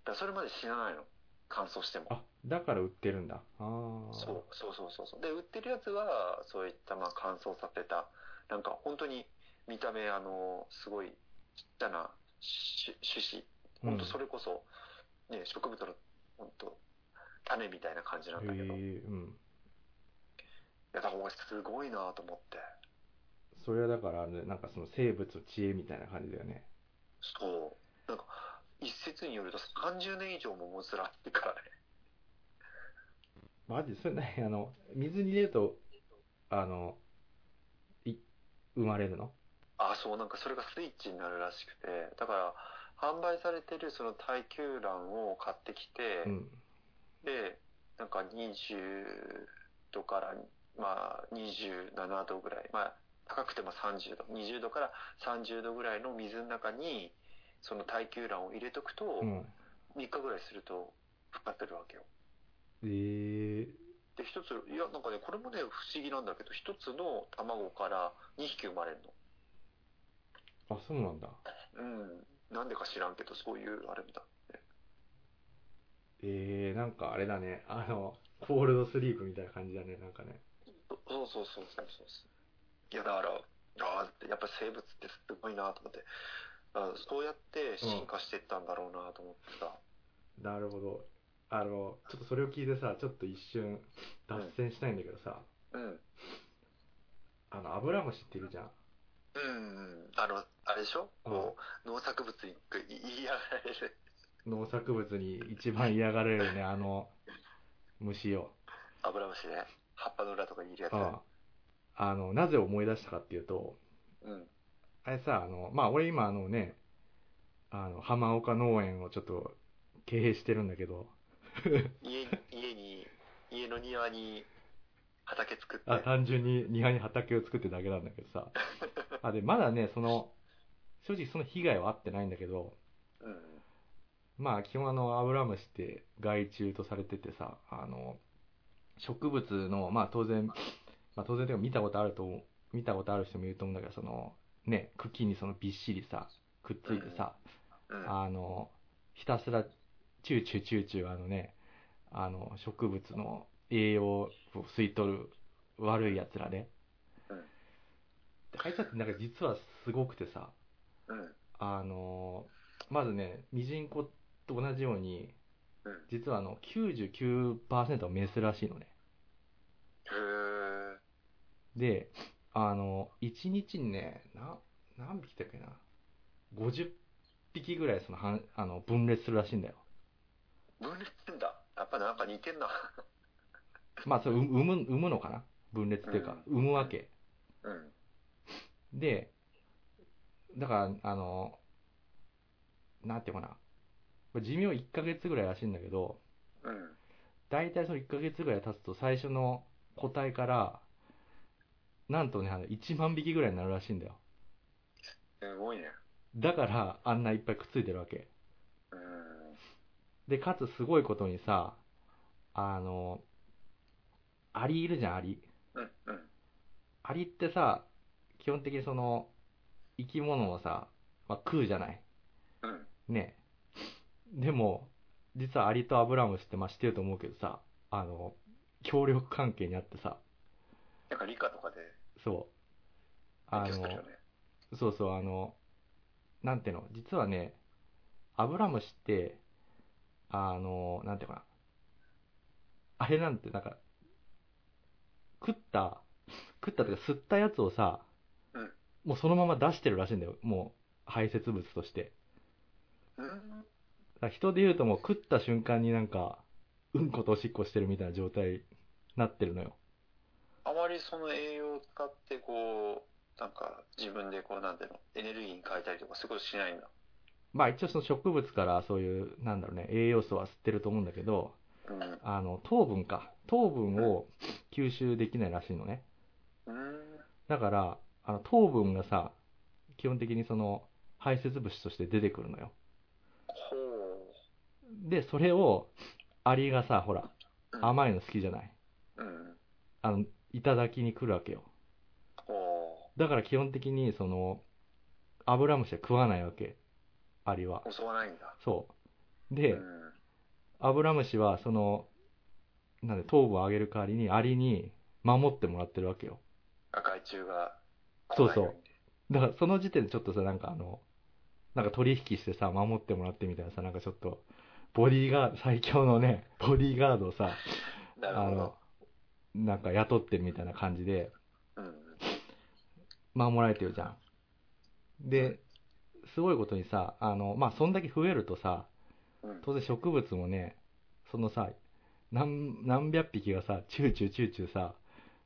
[SPEAKER 2] だからそれまで死なないの。乾燥しても。
[SPEAKER 1] あ、だから売ってるんだ。ああ。
[SPEAKER 2] そうそうそうそうそう。で、売ってるやつは、そういったまあ乾燥させた、なんか本当に見た目、あの、すごいちっちゃな種種子。
[SPEAKER 1] ん。
[SPEAKER 2] 本当それこそ、ね、植物の、本当種みたいな感じなんだけど。
[SPEAKER 1] へ
[SPEAKER 2] い
[SPEAKER 1] え。うん。
[SPEAKER 2] や、だから俺すごいなと思って。
[SPEAKER 1] それはだから、ね、なんかその生物の知恵みたいな感じだよね。
[SPEAKER 2] そう。なんか、一説によると30年以上ももつらってからね。
[SPEAKER 1] マジそれね、あの、水に入れると、あの、い、生まれるの
[SPEAKER 2] あ、そう、なんかそれがスイッチになるらしくて。だから、販売されてるその耐久卵を買ってきて、
[SPEAKER 1] うん。
[SPEAKER 2] で、なんか20度から、まあ、27度ぐらい、まあ、高くても30度、20度から30度ぐらいの水の中に、その耐久卵を入れとくと、
[SPEAKER 1] うん。
[SPEAKER 2] 3日ぐらいすると復活するわけよ。
[SPEAKER 1] ええ
[SPEAKER 2] で、一つ、いや、なんかね、これもね、不思議なんだけど、一つの卵から2匹生まれる
[SPEAKER 1] あ、そうなんだ。
[SPEAKER 2] の。うん。なんでか知らんけど、そういうあれみたいね。
[SPEAKER 1] えー、なんかあれだね。あの、コールドスリープみたいな感じだね。なんかね。
[SPEAKER 2] そうそうそうそうそうそう。いや、だから、ああ、やっぱり生物ってすごいなと思って、あそうやって進化していったんだろうなと思ってさ、
[SPEAKER 1] なるほど。あの、ちょっとそれを聞いてさ、ちょっと一瞬脱線したいんだけどさ、
[SPEAKER 2] うん、うん、
[SPEAKER 1] あの、アブラムシっているじゃん。
[SPEAKER 2] うん、あの、あれでしょ、
[SPEAKER 1] うん
[SPEAKER 2] もう農作物に言いやがられる。
[SPEAKER 1] 農作物に一番嫌がられるね、あの、虫を。
[SPEAKER 2] アブラムシね、葉っぱの裏とかにいるやつ。
[SPEAKER 1] ああの、なぜ思い出したかっていうと、
[SPEAKER 2] うん、
[SPEAKER 1] あれさ、あの、まあ、俺今あのね、あの、浜岡農園をちょっと経営してるんだけど、
[SPEAKER 2] 家に、家に、家の庭に畑作って。
[SPEAKER 1] あ単純に庭に畑を作ってるだけなんだけどさ。あ、で、まだね、その、正直その被害はあってないんだけど、
[SPEAKER 2] うん、
[SPEAKER 1] まあ基本あのアブラムシって害虫とされててさあの植物のまあ当然、まあ、当然でも見たことあると思う見たことある人もいると思うんだけどそのね茎にそのびっしりさくっついてさ、
[SPEAKER 2] うん。
[SPEAKER 1] あのひたすらチューチューチューチューあのねあの植物の栄養を吸い取る悪いやつらね、
[SPEAKER 2] うん
[SPEAKER 1] であいつらってなんか実はすごくてさ
[SPEAKER 2] うん、
[SPEAKER 1] あのまずねミジンコと同じように
[SPEAKER 2] うん。
[SPEAKER 1] 実はあの99%はメスらしいのね
[SPEAKER 2] へー
[SPEAKER 1] であの1日にねな何匹だっけな50匹ぐらいそのはんあの分裂するらしいんだよ
[SPEAKER 2] 分裂してんだ。やっぱなんか似てんな。
[SPEAKER 1] まあそれう産む産むのかな分裂っていうか産むわけ
[SPEAKER 2] うん。
[SPEAKER 1] でだからあのなんていうのかな寿命1ヶ月ぐらいらしいんだけど
[SPEAKER 2] うん。
[SPEAKER 1] 大体その1ヶ月ぐらい経つと最初の個体からなんとねあの1万匹ぐらいになるらしいんだよ
[SPEAKER 2] すごいね。
[SPEAKER 1] だからあんないっぱいくっついてるわけ
[SPEAKER 2] うん。
[SPEAKER 1] でかつすごいことにさあのアリいるじゃんアリ
[SPEAKER 2] うん。うん。
[SPEAKER 1] アリってさ基本的にその生き物をさ、まあ、食うじゃない
[SPEAKER 2] うん。
[SPEAKER 1] ねでも実はアリとアブラムシってまあ知ってると思うけどさあの協力関係にあってさ
[SPEAKER 2] なんか理科とかで
[SPEAKER 1] そうあ
[SPEAKER 2] 勉強す
[SPEAKER 1] の
[SPEAKER 2] るよね。
[SPEAKER 1] そうそう、あの、なんていうの、実はね、アブラムシって、あの、なんていうのかな、あれなんて、なんか、食った、食ったというか、吸ったやつをさ、
[SPEAKER 2] うん
[SPEAKER 1] もうそのまま出してるらしいんだよ、もう、排泄物として。
[SPEAKER 2] うん。
[SPEAKER 1] だから人で言うともう食った瞬間になんか、うんことおしっこしてるみたいな状態になってるのよ。
[SPEAKER 2] あまりその栄養を使ってこう、なんか自分でこうなんていうの、エネルギーに変えたりとかそういうことしないんだ。
[SPEAKER 1] まあ一応その植物からそういう、なんだろうね、栄養素は吸ってると思うんだけど、
[SPEAKER 2] うん。
[SPEAKER 1] あの糖分か糖分を吸収できないらしいのね
[SPEAKER 2] うん。
[SPEAKER 1] だからあの糖分がさ基本的にその排泄物として出てくるのよ
[SPEAKER 2] ほ
[SPEAKER 1] でそれをアリがさほら
[SPEAKER 2] うん。
[SPEAKER 1] 甘いの好きじゃないう
[SPEAKER 2] うん。
[SPEAKER 1] あのいただきに来るわけよ
[SPEAKER 2] ほ
[SPEAKER 1] だから基本的にそのアブラムシは食わないわけアリは
[SPEAKER 2] う。襲わないんだ。
[SPEAKER 1] そう
[SPEAKER 2] う
[SPEAKER 1] で
[SPEAKER 2] ん。
[SPEAKER 1] アブラムシはそのなんで糖分をあげる代わりにアリに守ってもらってるわけよ
[SPEAKER 2] あ害虫が。
[SPEAKER 1] そうそう。だからその時点でちょっとさ、なんかあの、なんか取引してさ、守ってもらってみたいなさ、なんかちょっと、ボディーガード、最強のね、ボディーガードをさ、
[SPEAKER 2] な
[SPEAKER 1] あ
[SPEAKER 2] るほ
[SPEAKER 1] の
[SPEAKER 2] ど。、
[SPEAKER 1] なんか雇ってるみたいな感じで、
[SPEAKER 2] うん。
[SPEAKER 1] 守られてるじゃん。で、すごいことにさ、あの、まあ、そんだけ増えるとさ、
[SPEAKER 2] うん。
[SPEAKER 1] 当然植物もね、そのさ、何、何百匹がさ、チューチューチューチューさ、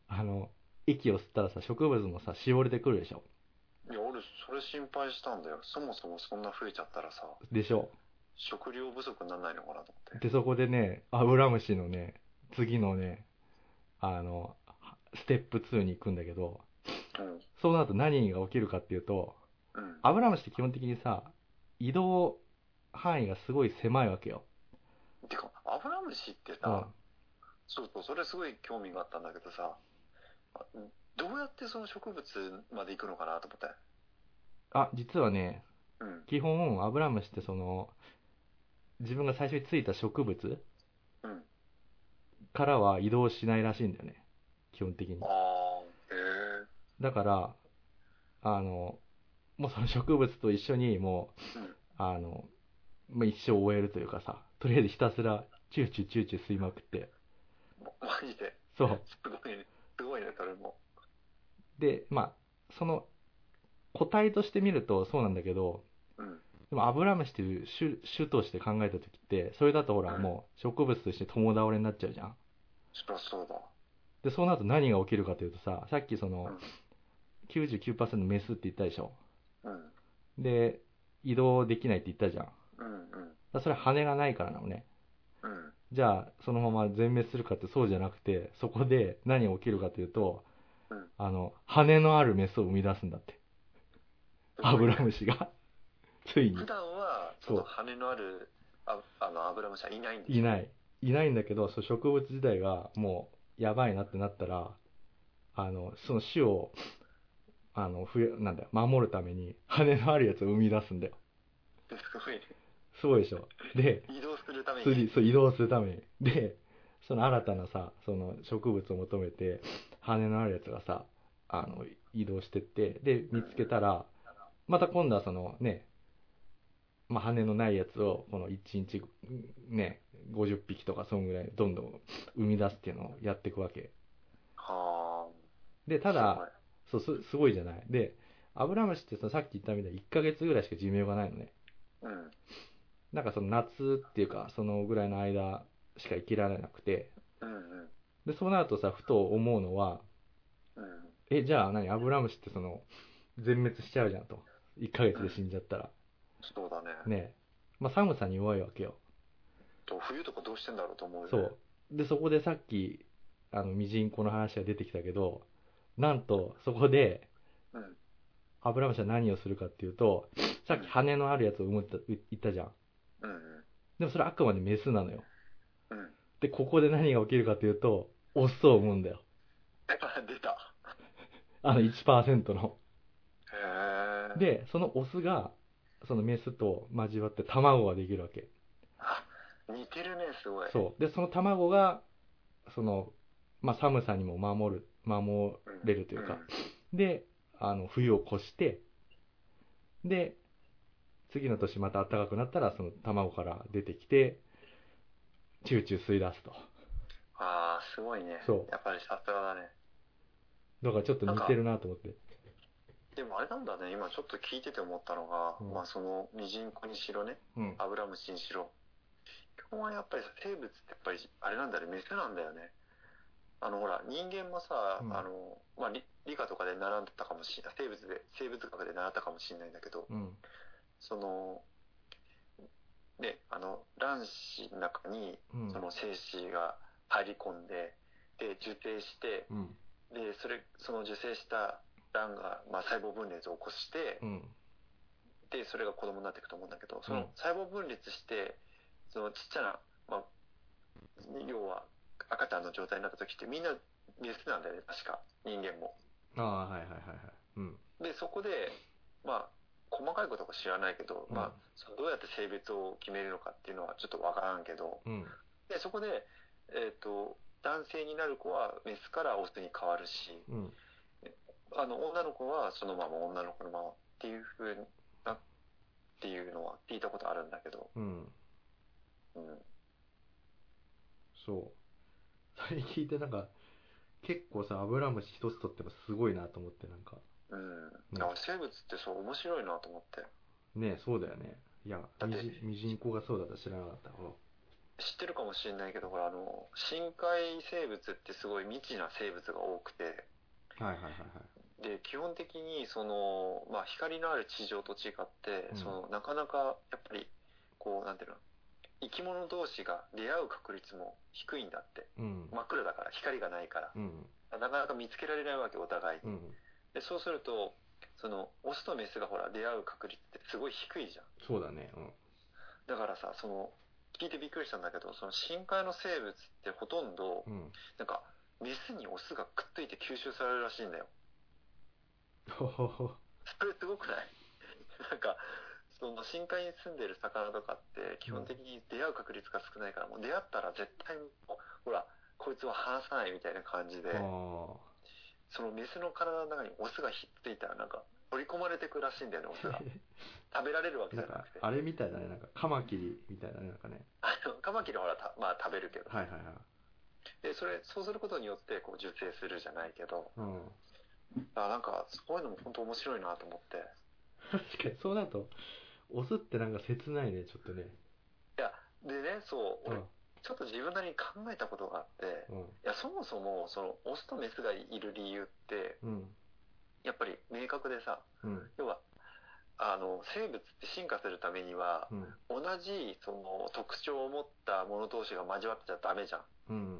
[SPEAKER 1] あの、息を吸ったらさ、植物もさ、しおれてくるでしょ。
[SPEAKER 2] いや、俺、それ心配したんだよ。そもそもそんな増えちゃったらさ、
[SPEAKER 1] でしょ。
[SPEAKER 2] 食料不足にならないのかなと思って。
[SPEAKER 1] で、そこでね、アブラムシのね、次のね、あの、ステップ2に行くんだけど、
[SPEAKER 2] うん。
[SPEAKER 1] そうなると何が起きるかっていうと、
[SPEAKER 2] うん。
[SPEAKER 1] アブラムシって基本的にさ、移動範囲がすごい狭いわけよ。
[SPEAKER 2] てか、アブラムシって
[SPEAKER 1] う
[SPEAKER 2] さ、
[SPEAKER 1] ん。
[SPEAKER 2] そうそう、それすごい興味があったんだけどさ、あどうやってその植物まで行くのかなと思って。
[SPEAKER 1] あ、実はね、
[SPEAKER 2] うん
[SPEAKER 1] 基本アブラムシってその自分が最初についた植物
[SPEAKER 2] うん
[SPEAKER 1] からは移動しないらしいんだよね基本的に
[SPEAKER 2] ああへえ
[SPEAKER 1] だからあのもうその植物と一緒にもう
[SPEAKER 2] うん
[SPEAKER 1] あの、まあ、一生終えるというかさとりあえずひたすらチューチューチューチュー吸いまくって
[SPEAKER 2] マジで
[SPEAKER 1] そう
[SPEAKER 2] すごいねすごいねそれも
[SPEAKER 1] でまあその個体として見るとそうなんだけど
[SPEAKER 2] うん
[SPEAKER 1] でもアブラムシという種種として考えた時ってそれだとほら
[SPEAKER 2] うん
[SPEAKER 1] もう植物として共倒れになっちゃうじゃん
[SPEAKER 2] そりゃそうだ
[SPEAKER 1] でそうなると何が起きるかというとささっきその
[SPEAKER 2] うん
[SPEAKER 1] 99%メスって言ったでしょ
[SPEAKER 2] うん
[SPEAKER 1] で移動できないって言ったじゃんだか
[SPEAKER 2] うんうん
[SPEAKER 1] らそれは羽がないからなのね
[SPEAKER 2] うん
[SPEAKER 1] じゃあそのまま全滅するかってそうじゃなくてそこで何が起きるかというと
[SPEAKER 2] うん
[SPEAKER 1] あの羽のあるメスを生み出すんだってアブラムシ がついに
[SPEAKER 2] 普段は
[SPEAKER 1] そ
[SPEAKER 2] そうの羽のあるああのアブラムシはいないんです
[SPEAKER 1] いない。いないんだけど、そう植物自体がもうやばいなってなったら、あの、その種を、あの、ふやなんだよ、守るために羽のあるやつを生み出すんだよ。
[SPEAKER 2] すごいね
[SPEAKER 1] すごいでしょ。で、
[SPEAKER 2] 移動するため
[SPEAKER 1] 釣
[SPEAKER 2] に
[SPEAKER 1] り、そう移動するために。で、その新たなさ、その植物を求めて、羽のあるやつがさ、あの、移動してって、で、見つけたら、また今度はそのね、まあ、羽のないやつを、この1日、ね、50匹とか、そんぐらい、どんどん生み出すっていうのをやっていくわけ。
[SPEAKER 2] は
[SPEAKER 1] で、
[SPEAKER 2] あ
[SPEAKER 1] ただ、そう、すすごいじゃない。で、アブラムシってそのさっき言ったみたいに1ヶ月ぐらいしか寿命がないのね。
[SPEAKER 2] うん
[SPEAKER 1] なんかその夏っていうか、そのぐらいの間しか生きられなくて、
[SPEAKER 2] うんうん
[SPEAKER 1] で、そうなるとさ、ふと思うのは、
[SPEAKER 2] うん
[SPEAKER 1] え、じゃあ何、アブラムシってその、全滅しちゃうじゃんと。1ヶ月で死んじゃったら。
[SPEAKER 2] そうだね
[SPEAKER 1] ねえ。まあ、寒さに弱いわけよ。
[SPEAKER 2] と冬とかどうしてんだろうと思うよね
[SPEAKER 1] そう。で、そこでさっき、あの、ミジンコの話が出てきたけど、なんと、そこで、
[SPEAKER 2] うん
[SPEAKER 1] アブラムシは何をするかっていうと、さっき羽のあるやつを産むって言ったじゃん。
[SPEAKER 2] うんうん
[SPEAKER 1] でもそれはあくまでメスなのよ。
[SPEAKER 2] うん
[SPEAKER 1] で、ここで何が起きるかというと、オスを産むんだよ。
[SPEAKER 2] 出た。
[SPEAKER 1] あの1%の。
[SPEAKER 2] へえ。、
[SPEAKER 1] で、そのオスが、そのメスと交わって卵ができるわけ。
[SPEAKER 2] あ、似てるね、すごい。う。
[SPEAKER 1] そう。で、その卵が、その、まあ、寒さにも守る、守れるというか、で、あの、冬を越して、で、次の年また暖かくなったら、その卵から出てきて、チューチュー吸い出すと。
[SPEAKER 2] ああ、すごいね。
[SPEAKER 1] そう
[SPEAKER 2] やっぱりさすがだね。
[SPEAKER 1] だからちょっと似てるなと思って。
[SPEAKER 2] でもあれなんだね、今ちょっと聞いてて思ったのが、
[SPEAKER 1] うん
[SPEAKER 2] まあその、ミジンコにしろね、
[SPEAKER 1] うん。
[SPEAKER 2] アブラムシにしろ。基本はやっぱり生物ってやっぱり、あれなんだね、メスなんだよね。あのほら、人間もさ、
[SPEAKER 1] うん
[SPEAKER 2] あの、まあ理理科とかで習ったかもしれない、生物で、生物学で習ったかもしれないんだけど、
[SPEAKER 1] うん。
[SPEAKER 2] その、ね、あの、卵子の中に、
[SPEAKER 1] うん。
[SPEAKER 2] その精子が入り込んで、で、受精して、
[SPEAKER 1] うん。
[SPEAKER 2] で、それ、その受精した卵が、まあ、細胞分裂を起こして
[SPEAKER 1] う、ん。
[SPEAKER 2] で、それが子供になっていくと思うんだけど、そうの
[SPEAKER 1] ん
[SPEAKER 2] 細胞分裂して、そのちっちゃな、まあ、要は赤ちゃんの状態になった時ってみんなメスなんだよね、確か。人間も。
[SPEAKER 1] ああ、はいはいはいはい。うん。
[SPEAKER 2] で、そこで、まあ、細かいことは知らないけど、
[SPEAKER 1] うん
[SPEAKER 2] まあ、そのどうやって性別を決めるのかっていうのはちょっとわからんけど、
[SPEAKER 1] うん。
[SPEAKER 2] でそこで、えっと男性になる子はメスからオスに変わるし
[SPEAKER 1] うん。
[SPEAKER 2] あの女の子はそのまま女の子のままっていうふうなっていうのは聞いたことあるんだけど、
[SPEAKER 1] うん。
[SPEAKER 2] うん、
[SPEAKER 1] そう。それ聞いてなんか、結構さ、アブラムシ一つとってもすごいなと思って、なんか。
[SPEAKER 2] うん
[SPEAKER 1] うん
[SPEAKER 2] だから生物ってそう面白いなと思って
[SPEAKER 1] ねえそうだよね。いや、
[SPEAKER 2] だっ
[SPEAKER 1] ミ
[SPEAKER 2] て
[SPEAKER 1] ジミジンコがそうだと知らなかった。
[SPEAKER 2] 知ってるかもしれないけどほらあの深海生物ってすごい未知な生物が多くて
[SPEAKER 1] はいはいはいはい。
[SPEAKER 2] で基本的にその、まあ、光のある地上と違って、
[SPEAKER 1] うん
[SPEAKER 2] そのなかなかやっぱりこうなんていうの生き物同士が出会う確率も低いんだって
[SPEAKER 1] うん。
[SPEAKER 2] 真っ暗だから光がないから
[SPEAKER 1] うん。
[SPEAKER 2] なかなか見つけられないわけお互いに
[SPEAKER 1] うん。
[SPEAKER 2] でそうするとそのオスとメスがほら出会う確率ってすごい低いじゃん
[SPEAKER 1] そうだね。うん。
[SPEAKER 2] だからさその聞いてびっくりしたんだけどその深海の生物ってほとんど
[SPEAKER 1] うん。
[SPEAKER 2] なんかメスにオスがくっついて吸収されるらしいんだよ
[SPEAKER 1] ほほほ。
[SPEAKER 2] それすごくないなんか、そその深海に住んでる魚とかって基本的に出会う確率が少ないから、もう出会ったら絶対もうほらこいつは離さないみたいな感じで、
[SPEAKER 1] あ
[SPEAKER 2] そのメスの体の中にオスがひっついたらなんか取り込まれてくらしいんだよねオスが食べられるわ
[SPEAKER 1] あ
[SPEAKER 2] けじ
[SPEAKER 1] な
[SPEAKER 2] ゃ
[SPEAKER 1] ん
[SPEAKER 2] な
[SPEAKER 1] か
[SPEAKER 2] くて
[SPEAKER 1] あれみたいだねなんかカマキリみたいだねなんかね
[SPEAKER 2] あのカマキリはほらた、まあ、食べるけど、
[SPEAKER 1] はいはいはい
[SPEAKER 2] でそれそうすることによってこう受精するじゃないけど
[SPEAKER 1] うん
[SPEAKER 2] あなんかそういうのも本当面白いなと思って
[SPEAKER 1] 確かにそうなるとオスってなんか切ないねちょっとね
[SPEAKER 2] でねそう
[SPEAKER 1] うん
[SPEAKER 2] 俺ちょっと自分なりに考えたことがあっていやそもそもそのオスとメスがいる理由って
[SPEAKER 1] うん
[SPEAKER 2] やっぱり明確でさ
[SPEAKER 1] うん
[SPEAKER 2] 要はあの生物って進化するためには
[SPEAKER 1] うん
[SPEAKER 2] 同じその特徴を持った者同士が交わってちゃダメじゃん
[SPEAKER 1] うん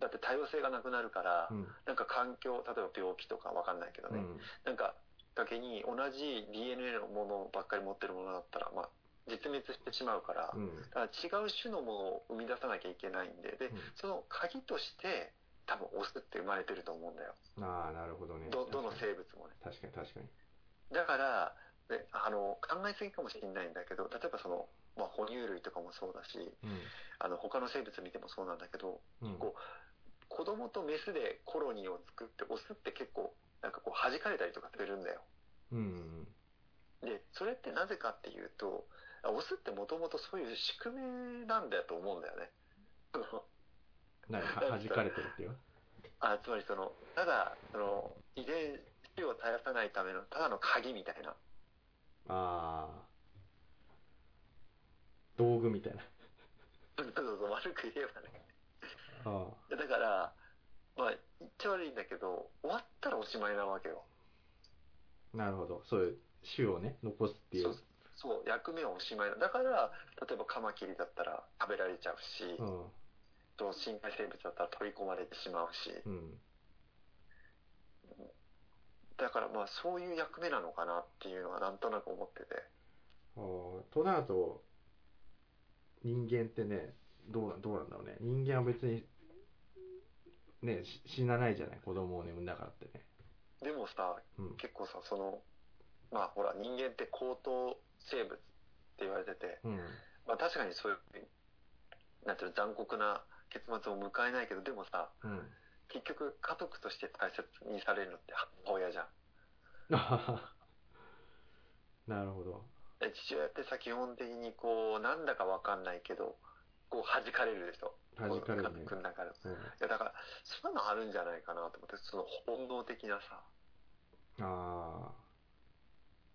[SPEAKER 2] だって多様性がなくなるから、
[SPEAKER 1] うん
[SPEAKER 2] なんか環境例えば病気とかわかんないけど
[SPEAKER 1] う
[SPEAKER 2] ね、
[SPEAKER 1] ん
[SPEAKER 2] なんかだけに同じ DNA のものばっかり持ってるものだったら、まあ、絶滅してしまうから,、
[SPEAKER 1] うん
[SPEAKER 2] だから違う種のものを生み出さなきゃいけないんでで、
[SPEAKER 1] うん
[SPEAKER 2] その鍵として多分オスって生まれてると思うんだよ
[SPEAKER 1] ああなるほどね
[SPEAKER 2] どどの生物もね
[SPEAKER 1] 確かに確かに
[SPEAKER 2] だからであの考えすぎかもしれないんだけど例えばその、まあ、哺乳類とかもそうだしあの他の生物見てもそうなんだけど
[SPEAKER 1] うんうん
[SPEAKER 2] こ子供とメスでコロニーを作ってオスって結構なんかこう弾かれたりとかするんだよ
[SPEAKER 1] うん
[SPEAKER 2] でそれってなぜかっていうとあオスってもともとそういう宿命なんだと思うんだよね
[SPEAKER 1] なんかはじかれてるっていう
[SPEAKER 2] あつまりそのただその遺伝子を絶やさないためのただの鍵みたいな
[SPEAKER 1] ああ道具みたいな
[SPEAKER 2] そうそうそう悪く言えばね
[SPEAKER 1] ああ
[SPEAKER 2] だからまあ言っちゃ悪いんだけど終わったらおしまいなわけよ
[SPEAKER 1] なるほどそういう種をね残すっていう
[SPEAKER 2] そうそう役目はおしまいなだから例えばカマキリだったら食べられちゃうし、
[SPEAKER 1] うん
[SPEAKER 2] と深海生物だったら取り込まれてしまうし
[SPEAKER 1] うん
[SPEAKER 2] だからまあそういう役目なのかなっていうのはなんとなく思ってて
[SPEAKER 1] ああとなると人間ってねどうなどうなんだろうね人間は別にねし死なないじゃない子供をね産んだからってね
[SPEAKER 2] でもさ
[SPEAKER 1] うん
[SPEAKER 2] 結構さそのまあほら人間って高等生物って言われてて、
[SPEAKER 1] うん
[SPEAKER 2] まあ、確かにそういうなんていうの残酷な結末を迎えないけどでもさ
[SPEAKER 1] うん
[SPEAKER 2] 結局家族として大切にされるのって母親じゃん
[SPEAKER 1] あはは なるほど
[SPEAKER 2] で父親ってさ基本的にこうなんだかわかんないけどこう弾かれるでしょ
[SPEAKER 1] 弾かれる
[SPEAKER 2] こ
[SPEAKER 1] ね
[SPEAKER 2] う家族の中で
[SPEAKER 1] うん
[SPEAKER 2] いやだからそういうのあるんじゃないかなと思ってその本能的なさ
[SPEAKER 1] あ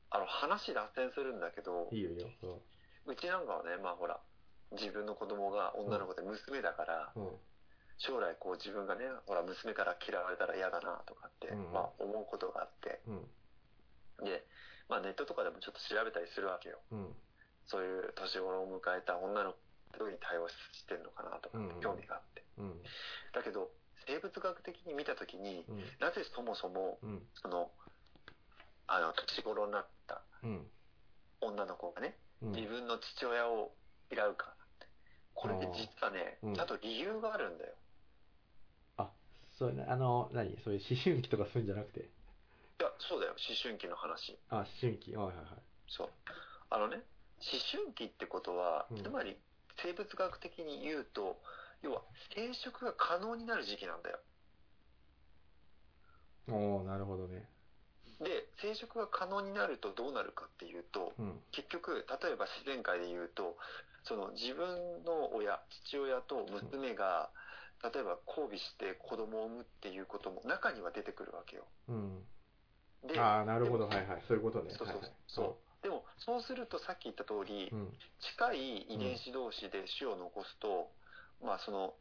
[SPEAKER 2] あの話脱線するんだけど
[SPEAKER 1] あいいよいいようん
[SPEAKER 2] うちなんかはねまあほら自分の子供が女の子で娘だから
[SPEAKER 1] うん
[SPEAKER 2] 将来こう自分がねほら娘から嫌われたら嫌だなとかって、
[SPEAKER 1] うん
[SPEAKER 2] まあ、思うことがあって
[SPEAKER 1] うん
[SPEAKER 2] で、まあ、ネットとかでもちょっと調べたりするわけよ
[SPEAKER 1] うん
[SPEAKER 2] そういう年頃を迎えた女の子どういうふうに対応してるのかなとかって
[SPEAKER 1] うん
[SPEAKER 2] 興味があって、
[SPEAKER 1] うん
[SPEAKER 2] だけど生物学的に見た時に
[SPEAKER 1] うん
[SPEAKER 2] なぜそもそも
[SPEAKER 1] うん
[SPEAKER 2] そのあの年頃になった
[SPEAKER 1] うん
[SPEAKER 2] 女の子がね
[SPEAKER 1] うん
[SPEAKER 2] 自分の父親を嫌うからってこれって実はね
[SPEAKER 1] うん
[SPEAKER 2] ちゃんと理由があるんだよ
[SPEAKER 1] あそうねあの何そういう思春期とかそういうんじゃなくて
[SPEAKER 2] いやそうだよ思春期の話
[SPEAKER 1] あ思春期はいはいはい
[SPEAKER 2] そうあのね思春期ってことは
[SPEAKER 1] うん
[SPEAKER 2] つまり生物学的に言うと要は生殖が可能になる時期なんだよ
[SPEAKER 1] おおなるほどね
[SPEAKER 2] で生殖が可能になるとどうなるかっていうと
[SPEAKER 1] うん
[SPEAKER 2] 結局例えば自然界で言うとその自分の親父親と娘が、例えば交尾して子供を産むっていうことも中には出てくるわけよ
[SPEAKER 1] うん
[SPEAKER 2] で
[SPEAKER 1] ああなるほどはいはいそういうことね
[SPEAKER 2] そう
[SPEAKER 1] はい
[SPEAKER 2] そう
[SPEAKER 1] はい
[SPEAKER 2] そうでもそうするとさっき言った通り、
[SPEAKER 1] うん
[SPEAKER 2] 近い遺伝子同士で種を残すと、まあその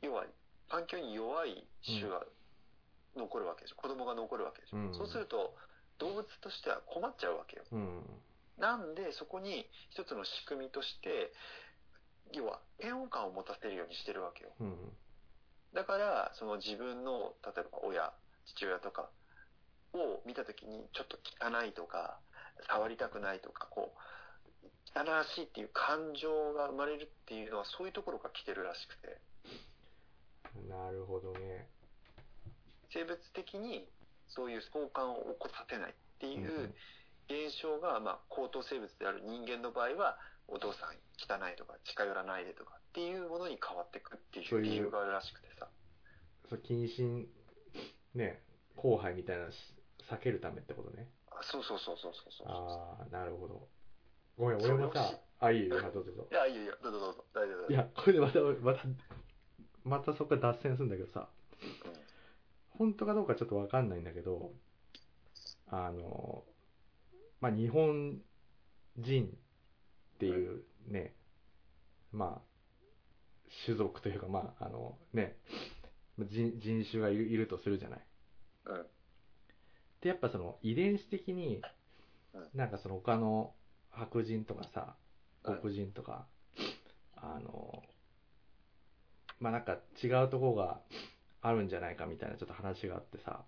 [SPEAKER 2] 要は環境に弱い種が残るわけでしょ、子供が残るわけでしょ、
[SPEAKER 1] うん
[SPEAKER 2] そうすると動物としては困っちゃうわけよ
[SPEAKER 1] うん
[SPEAKER 2] なんでそこに一つの仕組みとして要は嫌悪感を持たせるようにしてるわけよ
[SPEAKER 1] うん
[SPEAKER 2] だからその自分の例えば親父親とかを見た時にちょっと汚いとか触りたくないとかこう汚らしいっていう感情が生まれるっていうのはそういうところが来てるらしくて
[SPEAKER 1] なるほどね
[SPEAKER 2] 生物的にそういう相関を起こさせないっていう現象が、まあ、高等生物である人間の場合は、お父さん汚いとか近寄らないでとかっていうものに変わってくっていう理由があるらしくてさ。
[SPEAKER 3] そう謹慎ね後輩みたいなのし避けるためってことね
[SPEAKER 2] あそうそうそうそうそうそうそ
[SPEAKER 3] ああなるほどごめん俺もさあいいよどうぞどうぞ
[SPEAKER 2] う。いや、いいよいいよ、どうぞどうぞ、大丈夫
[SPEAKER 1] い
[SPEAKER 2] 大丈
[SPEAKER 1] やこれでまたまたまたそこから脱線するんだけどさ
[SPEAKER 2] 夫。うん
[SPEAKER 1] 本当かどうかちょっとわかんないんだけどあのまあ日本人っていうね、まあ種族というかまああのね人人種がいるいるとするじゃない
[SPEAKER 2] うん
[SPEAKER 1] でやっぱその遺伝子的に
[SPEAKER 2] うん
[SPEAKER 1] なんかその他の白人とかさ
[SPEAKER 2] うん
[SPEAKER 1] 黒人とか、あのまあなんか違うとこがあるんじゃないかみたいなちょっと話があってさ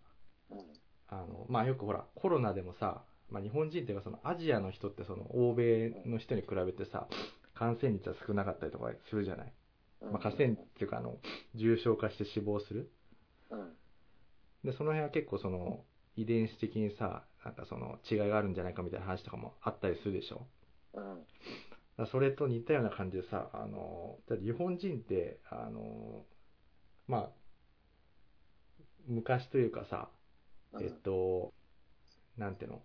[SPEAKER 2] うん
[SPEAKER 1] あのまあよくほらコロナでもさ、まあ、日本人っていうかそのアジアの人ってその欧米の人に比べてさ感染率は少なかったりとかするじゃない、
[SPEAKER 2] うん
[SPEAKER 1] まあ、感染っていうかあの重症化して死亡する
[SPEAKER 2] うん
[SPEAKER 1] でその辺は結構その遺伝子的にさなんかその違いがあるんじゃないかみたいな話とかもあったりするでしょ
[SPEAKER 2] うん
[SPEAKER 1] だからそれと似たような感じでさあのだって日本人ってあのまあ昔というかさ
[SPEAKER 2] うん
[SPEAKER 1] えっとなんていうの、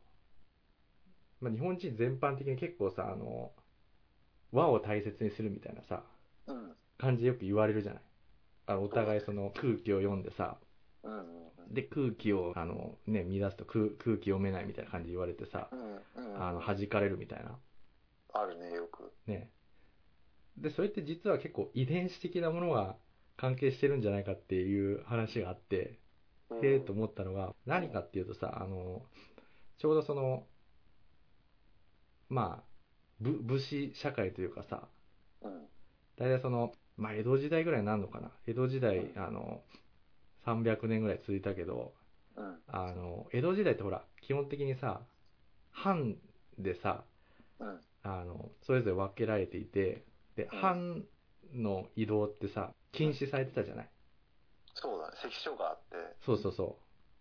[SPEAKER 1] まあ、日本人全般的に結構さあの和を大切にするみたいなさ
[SPEAKER 2] うん
[SPEAKER 1] 感じでよく言われるじゃないあのお互いその空気を読んでさ
[SPEAKER 2] うんうんうん
[SPEAKER 1] で空気をあの、ね、乱すと空空気読めないみたいな感じで言われてさ
[SPEAKER 2] うんうん
[SPEAKER 1] あの弾かれるみたいな
[SPEAKER 2] あるねよく
[SPEAKER 1] ねでそれって実は結構遺伝子的なものが関係してるんじゃないかっていう話があって
[SPEAKER 2] うん
[SPEAKER 1] へえと思ったのが何かっていうとさあのちょうどそのまあぶ武士社会というかさ
[SPEAKER 2] うん
[SPEAKER 1] 大体その、まあ、江戸時代ぐらいになるのかな江戸時代あの300年ぐらい続いたけど
[SPEAKER 2] うん
[SPEAKER 1] あの江戸時代ってほら基本的にさ藩でさ
[SPEAKER 2] うん
[SPEAKER 1] あのそれぞれ分けられていてで
[SPEAKER 2] うん
[SPEAKER 1] 藩の移動ってさ禁止されてたじゃない
[SPEAKER 2] そうだね関所があって
[SPEAKER 1] そうそうそ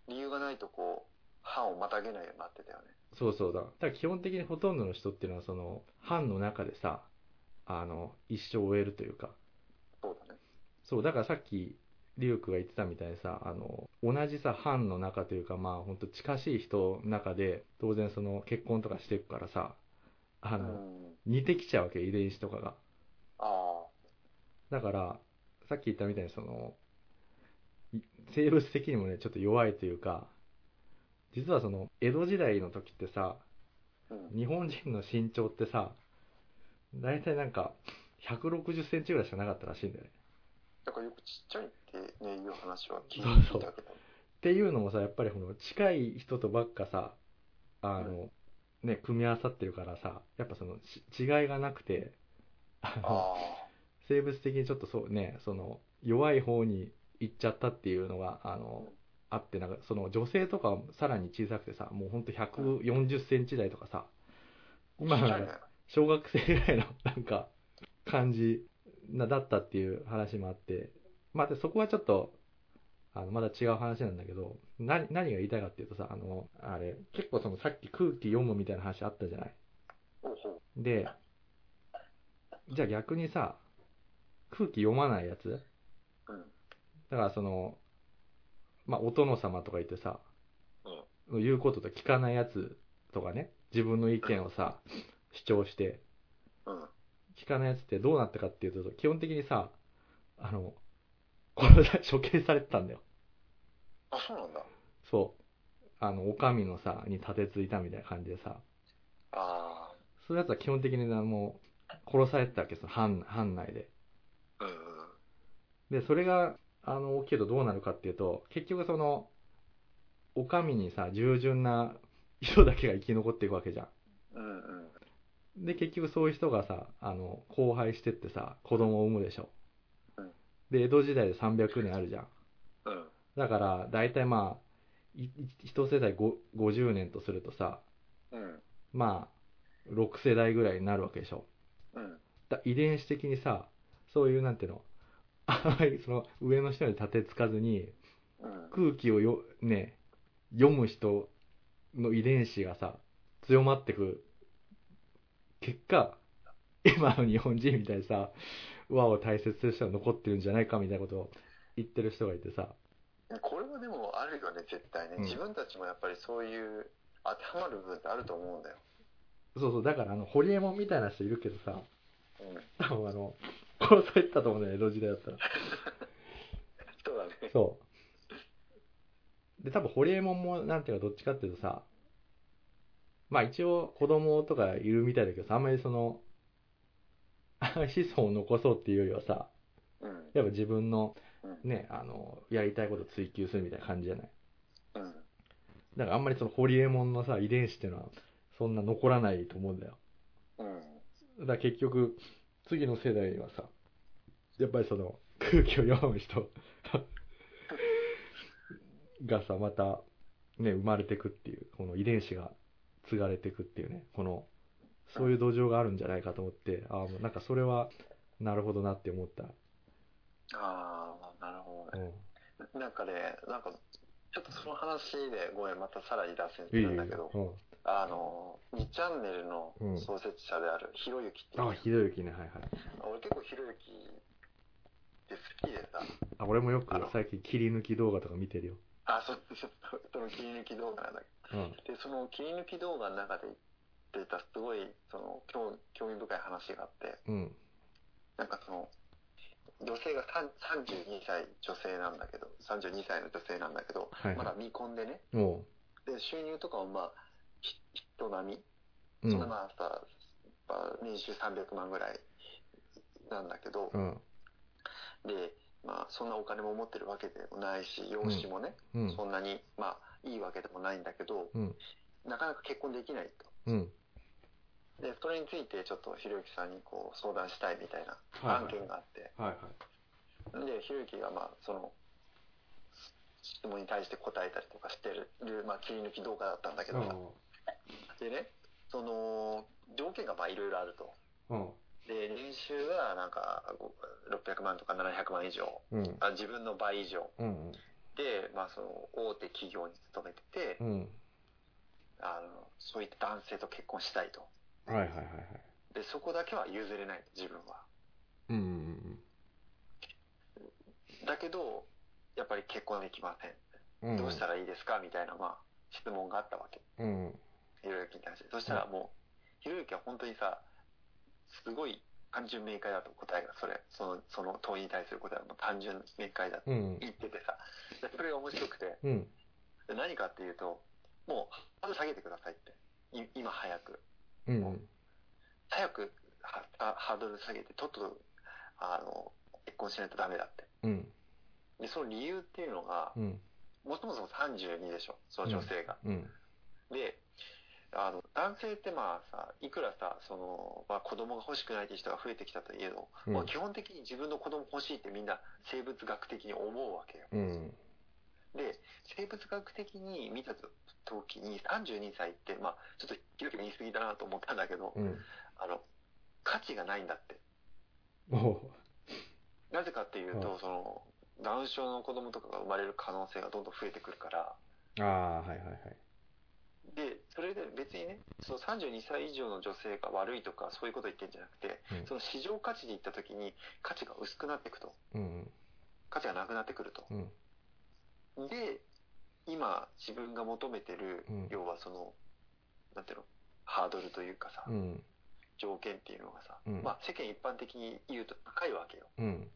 [SPEAKER 2] 理由がないとこう班をまたげないようになってたよね
[SPEAKER 1] うそうそうだだから基本的にほとんどの人っていうのはその藩の中でさあの一生を終えるというか
[SPEAKER 2] そうだね
[SPEAKER 1] そうだからさっきリュウクが言ってたみたいにさあの同じさ藩の中というかまあ本当近しい人の中で当然その結婚とかしていくからさあ
[SPEAKER 2] う
[SPEAKER 1] の、
[SPEAKER 2] ん
[SPEAKER 1] 似てきちゃうわけ遺伝子とかが
[SPEAKER 2] あ
[SPEAKER 1] だからさっき言ったみたいにそのい生物的にもねちょっと弱いというか実はその江戸時代の時ってさ
[SPEAKER 2] あうん
[SPEAKER 1] 日本人の身長ってさ大体なんか1 6 0センチぐらいしかなかったらしいんだよね
[SPEAKER 2] だからよくちっちゃいってねいう話は聞
[SPEAKER 1] そう
[SPEAKER 2] い
[SPEAKER 1] そう
[SPEAKER 2] たけど
[SPEAKER 1] っていうのもさやっぱりこの近い人とばっかさあの、ね組み合わさってるからさやっぱそのし違いがなくてあの
[SPEAKER 2] あ
[SPEAKER 1] 生物的にちょっとそうねその弱い方に行っちゃったっていうのがあのあってなんかその女性とかはさらに小さくてさもうほんと1 4 0ンチ台とかさ
[SPEAKER 2] あ
[SPEAKER 1] 今
[SPEAKER 2] ちっち
[SPEAKER 1] な
[SPEAKER 2] ゃい
[SPEAKER 1] ん
[SPEAKER 2] ね
[SPEAKER 1] か小学生ぐらいのなんか感じなだったっていう話もあってまあでそこはちょっとあのまだ違う話なんだけど何何が言いたいかっていうとさあのあれ結構そのさっき空気読むみたいな話あったじゃない
[SPEAKER 2] おうほう
[SPEAKER 1] で、じゃあ逆にさ、空気読まないやつ
[SPEAKER 2] うん
[SPEAKER 1] だからその、まあ、お殿様とか言ってさ、
[SPEAKER 2] うん
[SPEAKER 1] 言うことと聞かないやつとかね、自分の意見をさ、主張して、
[SPEAKER 2] うん
[SPEAKER 1] 聞かないやつってどうなったかっていうと、基本的にさ、あの、殺さ 処刑されてたんだよ。
[SPEAKER 2] あそうなんだ
[SPEAKER 1] そう。あの、お上のさ、に立てついたみたいな感じでさ、
[SPEAKER 2] あ
[SPEAKER 1] そういうやつは基本的になもう、殺されてたわけですよ、藩藩内で。
[SPEAKER 2] あうんうん
[SPEAKER 1] で、それが、あの、起きるとどうなるかっていうと、結局その、お上にさ、従順な 人だけが生き残っていくわけじゃ
[SPEAKER 2] うんうん
[SPEAKER 1] ん。で、結局そういう人がさ、あの、荒廃してってさ、子供を産むでしょ
[SPEAKER 2] うん。
[SPEAKER 1] で、江戸時代で300年あるじゃん。
[SPEAKER 2] うん
[SPEAKER 1] だから、だいたいまあ、いい一世代ご50年とするとさ、
[SPEAKER 2] うん
[SPEAKER 1] まあ、6世代ぐらいになるわけでしょ。
[SPEAKER 2] うん
[SPEAKER 1] だ遺伝子的にさ、そういうなんていうの、あまりその上の人に立てつかずに、
[SPEAKER 2] うん
[SPEAKER 1] 空気をよ、ね、読む人の遺伝子がさ、強まってく結果今の日本人みたいにさ和を大切にしたら残ってるんじゃないかみたいなことを言ってる人がいてさ
[SPEAKER 2] これはでもあるよね絶対ね、
[SPEAKER 1] うん
[SPEAKER 2] 自分たちもやっぱりそういう当てはまる部分ってあると思うんだよ、
[SPEAKER 1] そうそうだからあのホリエモンみたいな人いるけどさ
[SPEAKER 2] うん、
[SPEAKER 1] 多分あの殺されてたと思うんだよ江戸時代だったら
[SPEAKER 2] そうだね
[SPEAKER 1] そう。で、多分、ホリエモンも、なんていうか、どっちかっていうとさ、まあ一応、子供とかいるみたいだけどさ、あんまりその、 子孫を残そうっていうよりはさ、
[SPEAKER 2] うん
[SPEAKER 1] やっぱ自分の
[SPEAKER 2] うん
[SPEAKER 1] ね、あの、やりたいことを追求するみたいな感じじゃない。
[SPEAKER 2] うん
[SPEAKER 1] だからあんまりそのホリエモンのさ、遺伝子っていうのは、そんな残らないと思うんだよ。
[SPEAKER 2] うん
[SPEAKER 1] だから結局、次の世代にはさ、やっぱりその空気を読む人 がさ、またね、生まれてくっていう、この遺伝子が継がれてくっていうね、この、そういう土壌があるんじゃないかと思って、ああ、もうなんかそれは、なるほどなって思った。
[SPEAKER 2] ああなるほど
[SPEAKER 1] う
[SPEAKER 2] ね
[SPEAKER 1] ん。
[SPEAKER 2] なんかねなんかちょっとその話でごめんまたさらに脱線す
[SPEAKER 1] い
[SPEAKER 2] る
[SPEAKER 1] いよい
[SPEAKER 2] ん
[SPEAKER 1] い
[SPEAKER 2] だけど
[SPEAKER 1] よ。
[SPEAKER 2] あの2チャンネルの
[SPEAKER 1] うん
[SPEAKER 2] 創設者であるひろゆきって
[SPEAKER 1] う。
[SPEAKER 2] いうん
[SPEAKER 1] あ、ひどゆきね、はいはい。
[SPEAKER 2] 俺結構ひろゆきって好きでさ
[SPEAKER 1] あ、俺もよく最近切り抜き動画とか見てるよ。
[SPEAKER 2] あそう そうその切り抜き動画なんだけど
[SPEAKER 1] うん。
[SPEAKER 2] でその切り抜き動画の中で言ってたすごいその興興味深い話があって
[SPEAKER 1] うん。
[SPEAKER 2] なんかその女性がさん32歳女性なんだけど32歳の女性なんだけど、
[SPEAKER 1] はいはい
[SPEAKER 2] まだ未婚でね
[SPEAKER 1] も
[SPEAKER 2] で収入とかもまあひ人並み、
[SPEAKER 1] う、う。
[SPEAKER 2] そんなんまあさ、まあ年収300万ぐらいなんだけど、
[SPEAKER 1] うん。
[SPEAKER 2] で、まあ、そんなお金も持ってるわけでもないし容姿もね、
[SPEAKER 1] うん。
[SPEAKER 2] そんなに、まあ、いいわけでもないんだけど、
[SPEAKER 1] うん
[SPEAKER 2] なかなか結婚できないと。
[SPEAKER 1] うん。
[SPEAKER 2] で、それについてちょっとひろゆきさんにこう相談したいみたいな
[SPEAKER 1] はい
[SPEAKER 2] 案
[SPEAKER 1] はい
[SPEAKER 2] 件があって、
[SPEAKER 1] はいはい。
[SPEAKER 2] で、ひろゆきがまあ、その、質問に対して答えたりとかしてる、まあ、切り抜き動画だったんだけどさ、でね、その、条件がまあいろいろあると。
[SPEAKER 1] うん。
[SPEAKER 2] で、年収がなんかご600万とか700万以上、
[SPEAKER 1] うん。うん。
[SPEAKER 2] あ自分の倍以上
[SPEAKER 1] うん。
[SPEAKER 2] で、まあ、その大手企業に勤めてて、
[SPEAKER 1] うん。
[SPEAKER 2] あの、そういった男性と結婚したいと。
[SPEAKER 1] はいはいはいはい。
[SPEAKER 2] で、そこだけは譲れない、自分は。
[SPEAKER 1] うんうん
[SPEAKER 2] だけど、やっぱり結婚できません。
[SPEAKER 1] うん。
[SPEAKER 2] どうしたらいいですかみたいな、まあ、質問があったわけ。
[SPEAKER 1] うん。
[SPEAKER 2] ひろゆきに対して。そしたらもう、ひろゆきは本当にさ、すごい単純明快だと答えが、それ。その、その問いに対する答えはもう単純明快だと
[SPEAKER 1] うん。
[SPEAKER 2] 言っててさ。でそれが面白くて、
[SPEAKER 1] うん。
[SPEAKER 2] で何かっていうと、もう、ハードル下げてくださいって。い今早く。
[SPEAKER 1] うん。
[SPEAKER 2] 早くはあハードル下げて、とっとと、あの、結婚しないとダメだって。
[SPEAKER 1] うん。
[SPEAKER 2] で、その理由っていうのが、
[SPEAKER 1] うん。
[SPEAKER 2] もともそも32でしょ、その女性が。
[SPEAKER 1] うん。
[SPEAKER 2] で、あの、男性ってまあさ、いくらさ、その、まあ子供が欲しくないっていう人が増えてきたといえど、
[SPEAKER 1] うん
[SPEAKER 2] まあ基本的に自分の子供欲しいってみんな生物学的に思うわけよ。
[SPEAKER 1] うん。
[SPEAKER 2] で、生物学的に見た時に32歳って、まあちょっと広く言い過ぎだなと思ったんだけど、
[SPEAKER 1] うん。
[SPEAKER 2] あの、価値がないんだって。
[SPEAKER 1] お
[SPEAKER 2] なぜかっていうと、その、ダウン症の子供とかが生まれる可能性がどんどん増えてくるから、
[SPEAKER 1] ああ、はいはいはい。
[SPEAKER 2] で、それで別にね、その32歳以上の女性が悪いとか、そういうこと言ってんじゃなくて、
[SPEAKER 1] うん
[SPEAKER 2] その市場価値で言った時に、価値が薄くなっていくと。
[SPEAKER 1] うん。
[SPEAKER 2] 価値がなくなってくると。
[SPEAKER 1] うん。
[SPEAKER 2] で、今、自分が求めてる、
[SPEAKER 1] うん
[SPEAKER 2] 要はその、なんていうの、ハードルというかさ、
[SPEAKER 1] うん。
[SPEAKER 2] 条件っていうのがさ、
[SPEAKER 1] うん
[SPEAKER 2] まあ世間一般的に言うと高いわけよ。
[SPEAKER 1] うん。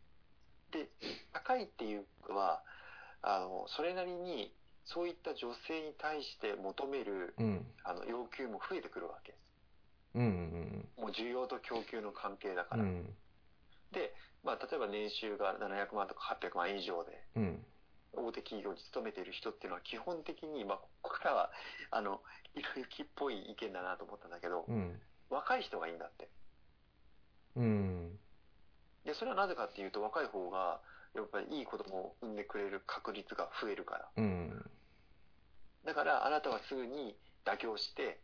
[SPEAKER 2] 高いっていうのは、あの、それなりに、そういった女性に対して求める、
[SPEAKER 1] うん。
[SPEAKER 2] あの、要求も増えてくるわけ。
[SPEAKER 1] うん。うん。
[SPEAKER 2] もう需要と供給の関係だか
[SPEAKER 1] う
[SPEAKER 2] ら。
[SPEAKER 1] ん。
[SPEAKER 2] まあ、例えば年収が700万とか800万以上で、
[SPEAKER 1] うん。
[SPEAKER 2] 大手企業に勤めている人っていうのは基本的に、まあ、ここからは、あの、ひろゆきっぽい意見だなと思ったんだけど
[SPEAKER 1] う、ん。
[SPEAKER 2] 若い人がいいんだって。
[SPEAKER 1] うん。
[SPEAKER 2] で、それはなぜかっていうと、若い方が、やっぱりいい子供を産んでくれる確率が増えるから。
[SPEAKER 1] うん。
[SPEAKER 2] だから、あなたはすぐに妥協して、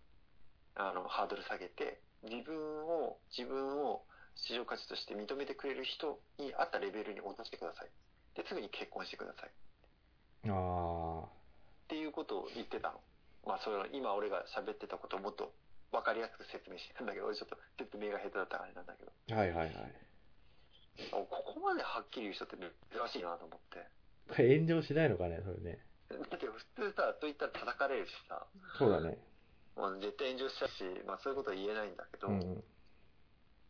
[SPEAKER 2] あの、ハードル下げて、自分を、自分を市場価値として認めてくれる人に合ったレベルに落としてください。で、すぐに結婚してください。
[SPEAKER 1] ああ。
[SPEAKER 2] っていうことを言ってたの。まあ、それは今俺が喋ってたことをもっと分かりやすく説明してたんだけど、俺ちょっと説明が下手だったからあれなんだけど、
[SPEAKER 1] はいはいはい。
[SPEAKER 2] おここまではっきり言う人って珍しいなと思って。
[SPEAKER 1] これ炎上しないのかね、それね。
[SPEAKER 2] だって普通さ、そう言ったら叩かれるしさ、
[SPEAKER 1] そうだね。
[SPEAKER 2] まあ、絶対炎上しちゃうし、まあ、そういうことは言えないんだけど、
[SPEAKER 1] うんうん。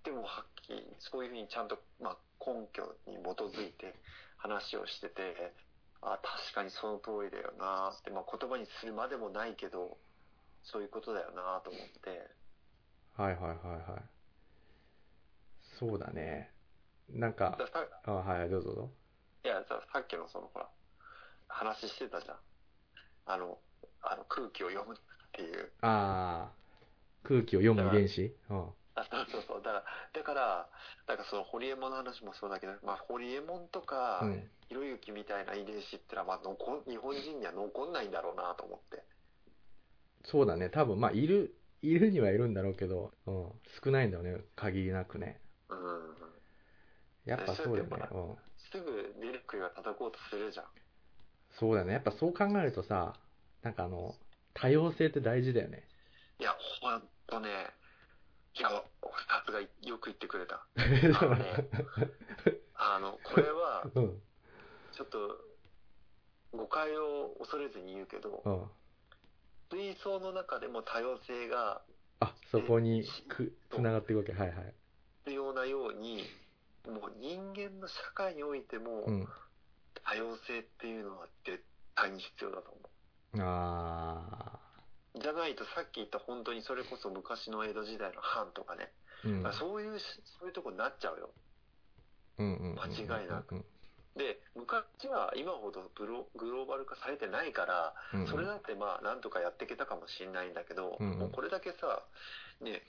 [SPEAKER 2] でもはっきり、そういうふうにちゃんと、まあ、根拠に基づいて話をしてて、あ確かにその通りだよなって、まあ、言葉にするまでもないけど、そういうことだよなと思って、
[SPEAKER 1] はいはいはいはい。そうだね。なん
[SPEAKER 2] だ
[SPEAKER 1] か
[SPEAKER 2] か、らさ
[SPEAKER 1] あはい、どうぞどうぞ。
[SPEAKER 2] いやささっきのそのほら話してたじゃんあのあの空気を読むっていう
[SPEAKER 1] ああ、空気を読む遺伝子うん。
[SPEAKER 2] あそうそうそうだからだからなんかそのホリエモンの話もそうだけど、まあ、ホリエモンとか、
[SPEAKER 1] うん。
[SPEAKER 2] ひろゆきみたいな遺伝子ってのは、まあ、残日本人には残んないんだろうなと思って
[SPEAKER 1] そうだね。多分、まあ、いる、いるにはいるんだろうけど、うん。少ないんだよね。限りなくね。
[SPEAKER 2] うん
[SPEAKER 1] やっぱそうだよね
[SPEAKER 2] そうやって。
[SPEAKER 1] うん。
[SPEAKER 2] すぐデルクが叩こうとするじゃん
[SPEAKER 1] そうだよね。やっぱそう考えるとさ、なんかあの、多様性って大事だよね。
[SPEAKER 2] いやほんとねいやさすがよく言ってくれたあのね
[SPEAKER 1] う
[SPEAKER 2] あのこれ は
[SPEAKER 1] ん。
[SPEAKER 2] ちょっと誤解を恐れずに言うけど、
[SPEAKER 1] うん。
[SPEAKER 2] 水槽の中でも多様性が
[SPEAKER 1] あ、そこにく、つながっていくわけ。はいはい。
[SPEAKER 2] 必要なように、もう人間の社会においても、
[SPEAKER 1] うん。
[SPEAKER 2] 多様性っていうのは絶対に必要だと思
[SPEAKER 1] あ
[SPEAKER 2] う。じゃないとさっき言った本当にそれこそ昔の江戸時代の藩とかね、
[SPEAKER 1] あ。うん。
[SPEAKER 2] まあそういうし、そういうとこになっちゃうよ。
[SPEAKER 1] うんうんうん。
[SPEAKER 2] 間違いな
[SPEAKER 1] く。
[SPEAKER 2] で、昔は今ほどグログローバル化されてないから、
[SPEAKER 1] うん
[SPEAKER 2] それだってまあなんとかやっていけたかもしれないんだけど、
[SPEAKER 1] うんうん
[SPEAKER 2] もうこれだけさ、ね、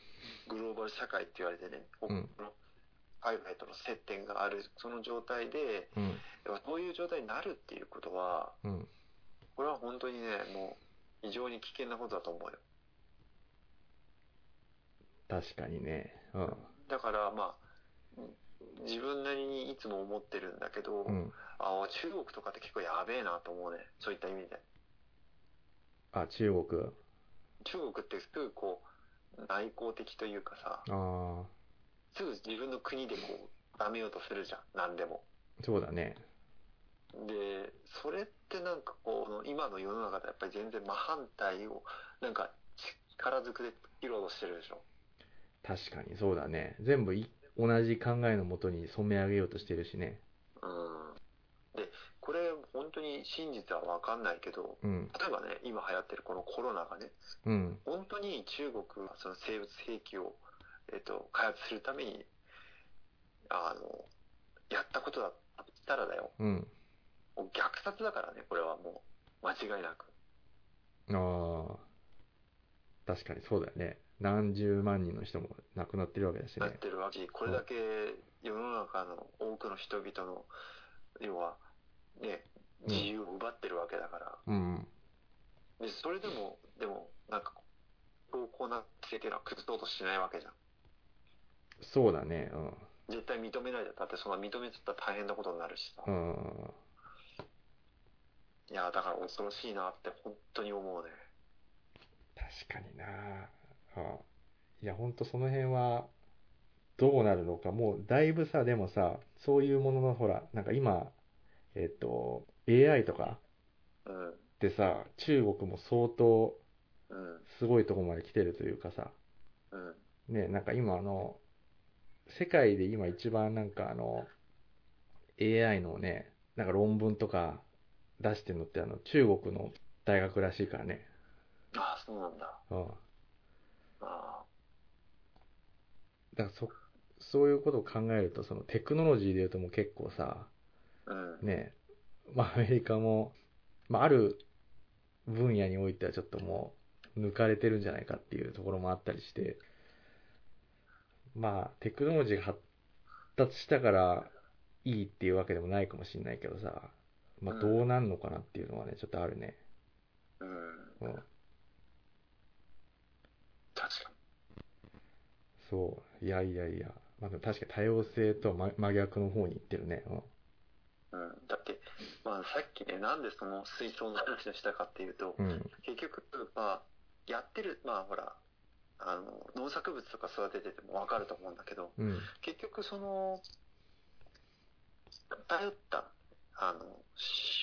[SPEAKER 2] グローバル社会って言われてね、
[SPEAKER 1] う
[SPEAKER 2] 他の
[SPEAKER 1] ん
[SPEAKER 2] 海外との接点がある、その状態で、
[SPEAKER 1] うん。
[SPEAKER 2] やっぱそういう状態になるっていうことは、
[SPEAKER 1] うん。
[SPEAKER 2] これは本当にね、もう非常に危険なことだと思うよ。
[SPEAKER 1] 確かにね。うん。
[SPEAKER 2] だからまあ、うん自分なりにいつも思ってるんだけど、
[SPEAKER 1] うん。
[SPEAKER 2] あ中国とかって結構やべえなと思うね、そういった意味で。
[SPEAKER 1] あ、中国。
[SPEAKER 2] 中国ってすぐこう、内向的というかさ、
[SPEAKER 1] ああ、
[SPEAKER 2] すぐ自分の国でこう、ダメようとするじゃん、何でも。
[SPEAKER 1] そうだね。
[SPEAKER 2] で、それってなんかこう、今の世の中でやっぱり全然真反対を、なんか力ずくでいろうとしてるでしょ。
[SPEAKER 1] 確かにそうだね。全部い同じ考えのもとに染め上げようとしてるしね。
[SPEAKER 2] うん。で、これ本当に真実はわかんないけど、
[SPEAKER 1] うん、
[SPEAKER 2] 例えばね、今流行ってるこのコロナがね、
[SPEAKER 1] うん、
[SPEAKER 2] 本当に中国はその生物兵器を、えっと、開発するために、あの、やったことだったらだよ。
[SPEAKER 1] うん。
[SPEAKER 2] もう虐殺だからね、これはもう、間違いなく。
[SPEAKER 1] ああ、確かにそうだよね。何十万人の人も亡くなってるわけだし
[SPEAKER 2] なっ
[SPEAKER 1] ね。
[SPEAKER 2] てるわけ、これだけ世の中の多くの人々の、要は、ね、
[SPEAKER 1] うん
[SPEAKER 2] 自由を奪ってるわけだから。
[SPEAKER 1] うん、
[SPEAKER 2] で、それでも、でも、なんか、強硬な姿勢っていうのは崩そうとしないわけじゃん。
[SPEAKER 1] そうだね。
[SPEAKER 2] 絶対認めないだ。だってそんな認めちゃったら大変なことになるしさ。
[SPEAKER 1] うん、うん。
[SPEAKER 2] いや、だから恐ろしいなって本当に思うね。
[SPEAKER 1] 確かにな。あいや、ほんとその辺は、どうなるのか。もう、だいぶさ、でもさ、そういうものの、ほら、なんか今、えっと、AI とか
[SPEAKER 2] うん。
[SPEAKER 1] ってさ、中国も相当、
[SPEAKER 2] うん。
[SPEAKER 1] すごいとこまで来てるというかさ、
[SPEAKER 2] うん。
[SPEAKER 1] ね、なんか今あの、世界で今一番なんかあの、AI のね、なんか論文とか出してるのってあの、中国の大学らしいからね。
[SPEAKER 2] ああ、そうなんだ。
[SPEAKER 1] うん。
[SPEAKER 2] あ
[SPEAKER 1] だからそ、そういうことを考えると、そのテクノロジーで言うともう結構さ、
[SPEAKER 2] あ。うん。
[SPEAKER 1] ね、まあアメリカも、まあある分野においてはちょっともう抜かれてるんじゃないかっていうところもあったりして、まあテクノロジーが発達したからいいっていうわけでもないかもしれないけどさ、まあどうなんのかなっていうのはね、ちょっとあるね。
[SPEAKER 2] うん。
[SPEAKER 1] うん。
[SPEAKER 2] 確か
[SPEAKER 1] そう。いやいやいや。まあでも確かに多様性とは真真逆の方に行ってるね。うん。
[SPEAKER 2] に。うん。だって、まあ、さっきね、なんでその水槽の話をしたかっていうと、
[SPEAKER 1] うん。
[SPEAKER 2] 結局、まあ、やってる、まあほら、あの、農作物とか育てててもわかると思うんだけど、
[SPEAKER 1] うん。
[SPEAKER 2] 結局その、偏った、あの、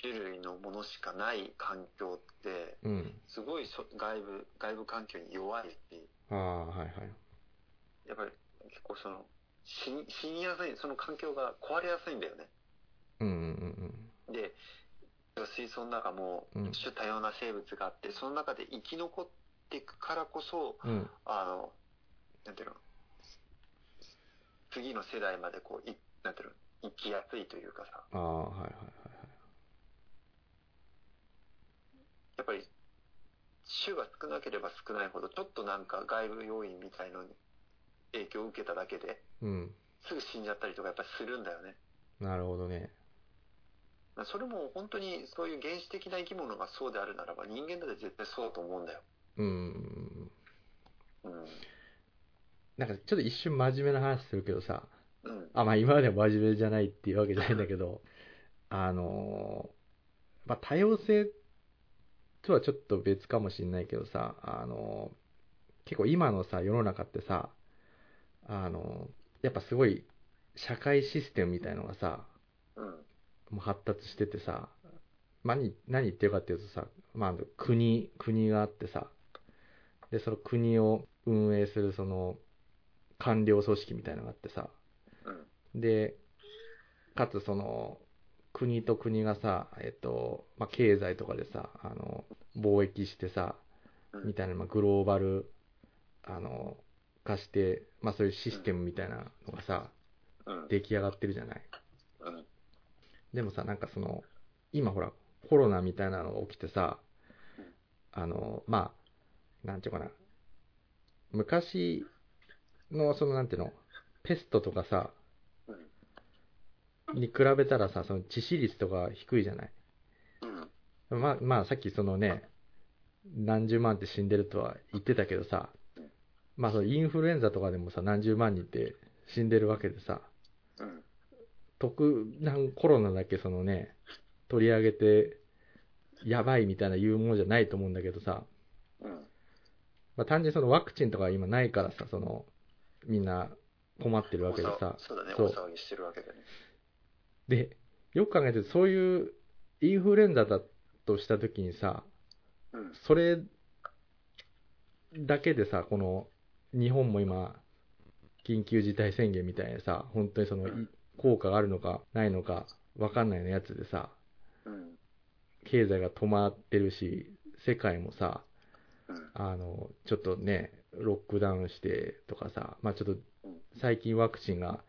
[SPEAKER 2] 種類のものしかない環境って、
[SPEAKER 1] うん。
[SPEAKER 2] すごいそ外部、外部環境に弱いし、
[SPEAKER 1] ああ、はいはい。
[SPEAKER 2] やっぱり結構その、死に死にやすい、その環境が壊れやすいんだよね。
[SPEAKER 1] うんうん
[SPEAKER 2] で、水槽の中も
[SPEAKER 1] うん
[SPEAKER 2] 種多様な生物があって、その中で生き残っていくからこそ、
[SPEAKER 1] うんうん。うん。
[SPEAKER 2] あの、なんていうの、次の世代までこう、いなんていうの、生きやすいというかさ、
[SPEAKER 1] ああ、はいはい
[SPEAKER 2] やっぱり、種が少なければ少ないほど、ちょっとなんか外部要因みたいのに影響を受けただけで、
[SPEAKER 1] はいはい。うん。
[SPEAKER 2] すぐ死んじゃったりとかやっぱりするんだよね。
[SPEAKER 1] なるほどね。
[SPEAKER 2] まあそれも本当にそういう原始的な生き物がそうであるならば人間だって絶対そうだと思うんだよ。
[SPEAKER 1] うんうんうん。
[SPEAKER 2] うん。
[SPEAKER 1] なんかちょっと一瞬真面目な話するけどさ、
[SPEAKER 2] うん。
[SPEAKER 1] あ、まあ今までは真面目じゃないっていうわけじゃないんだけど、 あのーまあ多様性とはちょっと別かもしれないけどさ、あのー結構今のさ、世の中ってさ、あのーやっぱすごい社会システムみたいのがさ、
[SPEAKER 2] うん。
[SPEAKER 1] もう発達しててさ、まあ、何何言ってるかっていうとさ、まあ、国国があってさでその国を運営するその官僚組織みたいなのがあってさ
[SPEAKER 2] うん。
[SPEAKER 1] でかつその国と国がさ、えっとまあ、経済とかでさあの貿易してさ
[SPEAKER 2] うん
[SPEAKER 1] みたいな、まあ、グローバルあの化して、まあ、そういうシステムみたいなのがさ
[SPEAKER 2] うん。
[SPEAKER 1] 出来上がってるじゃない。
[SPEAKER 2] うん。
[SPEAKER 1] でもさ、なんかその、今ほら、コロナみたいなのが起きてさ
[SPEAKER 2] うん、
[SPEAKER 1] あの、まあ、なんていうかな、昔の、その、なんていうの、ペストとかさ、
[SPEAKER 2] うん。
[SPEAKER 1] に比べたらさ、その致死率とか低いじゃない。
[SPEAKER 2] うん。
[SPEAKER 1] まあ、まあ、さっきそのね、何十万って死んでるとは言ってたけどさ、まあ、そのインフルエンザとかでもさ、何十万人って死んでるわけでさ、
[SPEAKER 2] うん。
[SPEAKER 1] 特段コロナだけそのね取り上げてやばいみたいな言うものじゃないと思うんだけどさ、
[SPEAKER 2] うん。
[SPEAKER 1] まあ、単純にそのワクチンとか今ないからさそのみんな困ってるわけでさ
[SPEAKER 2] そうだね、
[SPEAKER 1] そ
[SPEAKER 2] お
[SPEAKER 1] う
[SPEAKER 2] 騒ぎしてるわけだね。
[SPEAKER 1] でよく考えてそういうインフルエンザだとした時にさ
[SPEAKER 2] うん。
[SPEAKER 1] それだけでさこの日本も今緊急事態宣言みたいなさ本当にそのい効果があるのかないのか分かんないようなやつでさ
[SPEAKER 2] うん。
[SPEAKER 1] 経済が止まってるし、世界もさ、
[SPEAKER 2] うん。
[SPEAKER 1] あの、ちょっとね、ロックダウンしてとかさ、まあちょっと
[SPEAKER 2] うん
[SPEAKER 1] 最近ワクチンが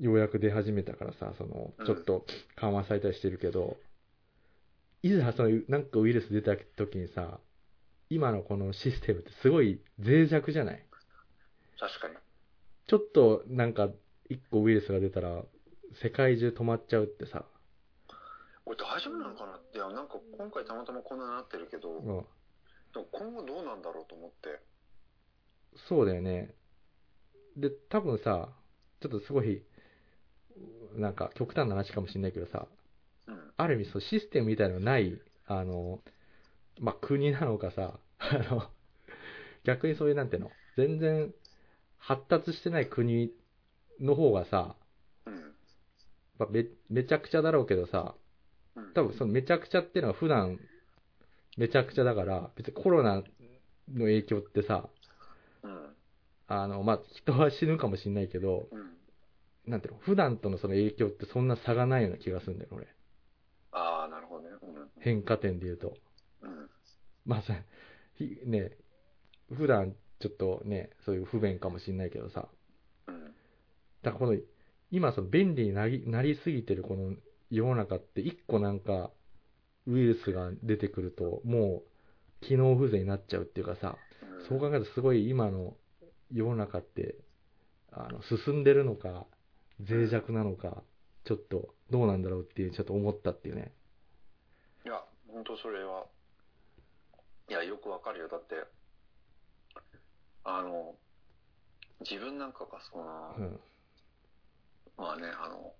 [SPEAKER 1] ようやく出始めたからさ、その
[SPEAKER 2] う、ん
[SPEAKER 1] ちょっと緩和されたりしてるけど、いざその、なんかウイルス出た時にさ、今のこのシステムってすごい脆弱じゃない
[SPEAKER 2] 確かに。
[SPEAKER 1] ちょっとなんか一個ウイルスが出たら世界中止まっちゃうってさ、
[SPEAKER 2] 俺大丈夫なのかなって、いや、なんか今回たまたまこんなになってるけど、でも
[SPEAKER 1] うん
[SPEAKER 2] 今後どうなんだろうと思って。
[SPEAKER 1] そうだよね。で、多分さ、ちょっとすごい、なんか極端な話かもしれないけどさ、
[SPEAKER 2] うん。
[SPEAKER 1] ある意味そうシステムみたいのない、あの、まあ、国なのかさ、 あの、逆にそういうなんていうの、全然発達してない国の方がさ、
[SPEAKER 2] うん。
[SPEAKER 1] まあめめちゃくちゃだろうけどさ、
[SPEAKER 2] うん。
[SPEAKER 1] 多分そのめちゃくちゃっていうのは普段めちゃくちゃだから、別にコロナの影響ってさ、
[SPEAKER 2] うん。
[SPEAKER 1] あの、まあ、人は死ぬかもしれないけど、
[SPEAKER 2] うん。
[SPEAKER 1] なんていうの、普段とのその影響ってそんな差がないような気がするんだよね、俺。
[SPEAKER 2] ああ、なるほどね。うん。
[SPEAKER 1] 変化点で言うと。
[SPEAKER 2] うん。
[SPEAKER 1] まあさ、ひね、普段ちょっとね、そういう不便かもしれないけどさ、
[SPEAKER 2] うん。
[SPEAKER 1] だからこの、今その便利になりなりすぎてるこの世の中って一個なんかウイルスが出てくるともう機能不全になっちゃうっていうかさ、
[SPEAKER 2] うん
[SPEAKER 1] そう考えるとすごい今の世の中ってあの進んでるのか脆弱なのかちょっとどうなんだろうっていうちょっと思ったっていうね
[SPEAKER 2] いや、本当それは、いや、よくわかるよ。だって、あの、自分なんかが、その、
[SPEAKER 1] うん
[SPEAKER 2] まあね、あの、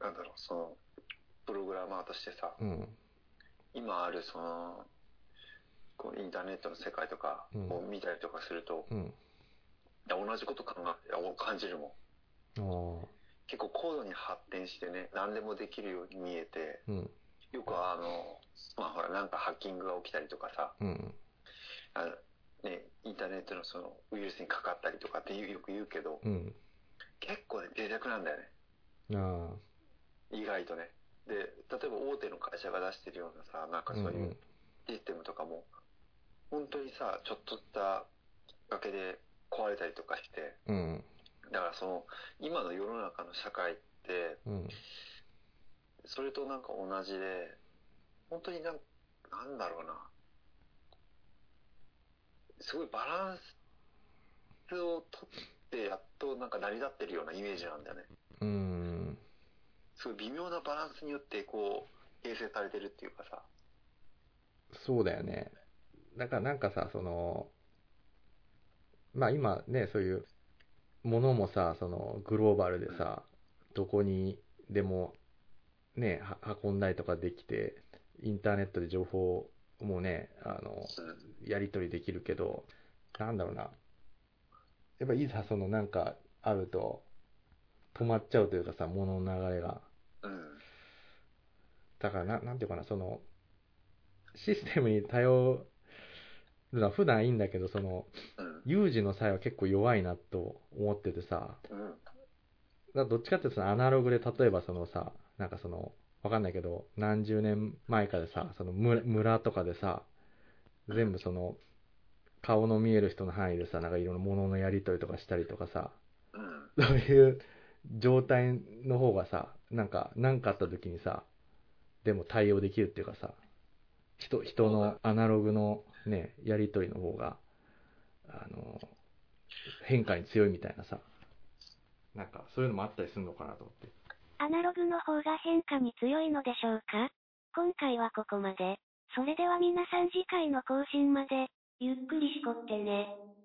[SPEAKER 2] なんだろう、その、プログラマーとしてさ、
[SPEAKER 1] うん
[SPEAKER 2] 今あるその、こうインターネットの世界とか
[SPEAKER 1] うん
[SPEAKER 2] を見たりとかすると、
[SPEAKER 1] うん
[SPEAKER 2] いや同じこと考え、いや感じるもん。
[SPEAKER 1] ああ
[SPEAKER 2] 結構高度に発展してね、何でもできるように見えて、
[SPEAKER 1] うん
[SPEAKER 2] よくあの、まあほら、なんかハッキングが起きたりとかさ、
[SPEAKER 1] うん
[SPEAKER 2] あのね、インターネットのそのウイルスにかかったりとかってよく言うけど、
[SPEAKER 1] うん
[SPEAKER 2] 結構ね、脆弱なんだよね。
[SPEAKER 1] あ
[SPEAKER 2] 意外とね。で、例えば大手の会社が出してるようなさ、なん
[SPEAKER 1] あ
[SPEAKER 2] か
[SPEAKER 1] うん
[SPEAKER 2] そうういうんシステムとかも、本当にさ、ちょっとしたきっかけで壊れたりとかして、
[SPEAKER 1] うん
[SPEAKER 2] だからその、今の世の中の社会って、
[SPEAKER 1] うん
[SPEAKER 2] それとなんか同じで、本当になんなんだろうな。すごいバランスをとって、やっとなんか成り立ってるようなイメージなんだよね。
[SPEAKER 1] うん
[SPEAKER 2] すごい微妙なバランスによって、こう、形成されてるっていうかさ。
[SPEAKER 1] そうだよね。だからなんかさ、その、まあ今ね、そういうものもさ、そのグローバルでさ、どこにでもね、は運んだりとかできて、インターネットで情報もね、あの、
[SPEAKER 2] うん
[SPEAKER 1] やり取りできるけど、なんだろうな。やっぱいざそのなんかあると、止まっちゃうというかさ、物の流れが。
[SPEAKER 2] うん。
[SPEAKER 1] だからな、なんていうかな、その、システムに頼るのは普段いいんだけど、その、
[SPEAKER 2] うん。
[SPEAKER 1] 有事の際は結構弱いなと思っててさ、
[SPEAKER 2] うん。
[SPEAKER 1] だからどっちかっていうとそのアナログで、例えばそのさ、なんかその、わかんないけど、何十年前かでさ、その村村とかでさ、全部その、顔の見える人の範囲でさ、なんかいろんな物のやり取りとかしたりとかさ、
[SPEAKER 2] うん。
[SPEAKER 1] そういう状態の方がさ、なんか、なんかあった時にさ、でも対応できるっていうかさ、人、人のアナログのね、やりとりの方が、あの、変化に強いみたいなさ、なんかそういうのもあったりするのかなと思って。
[SPEAKER 4] アナログの方が変化に強いのでしょうか今回はここまで。それでは皆さん次回の更新まで、ゆっくりしこってね。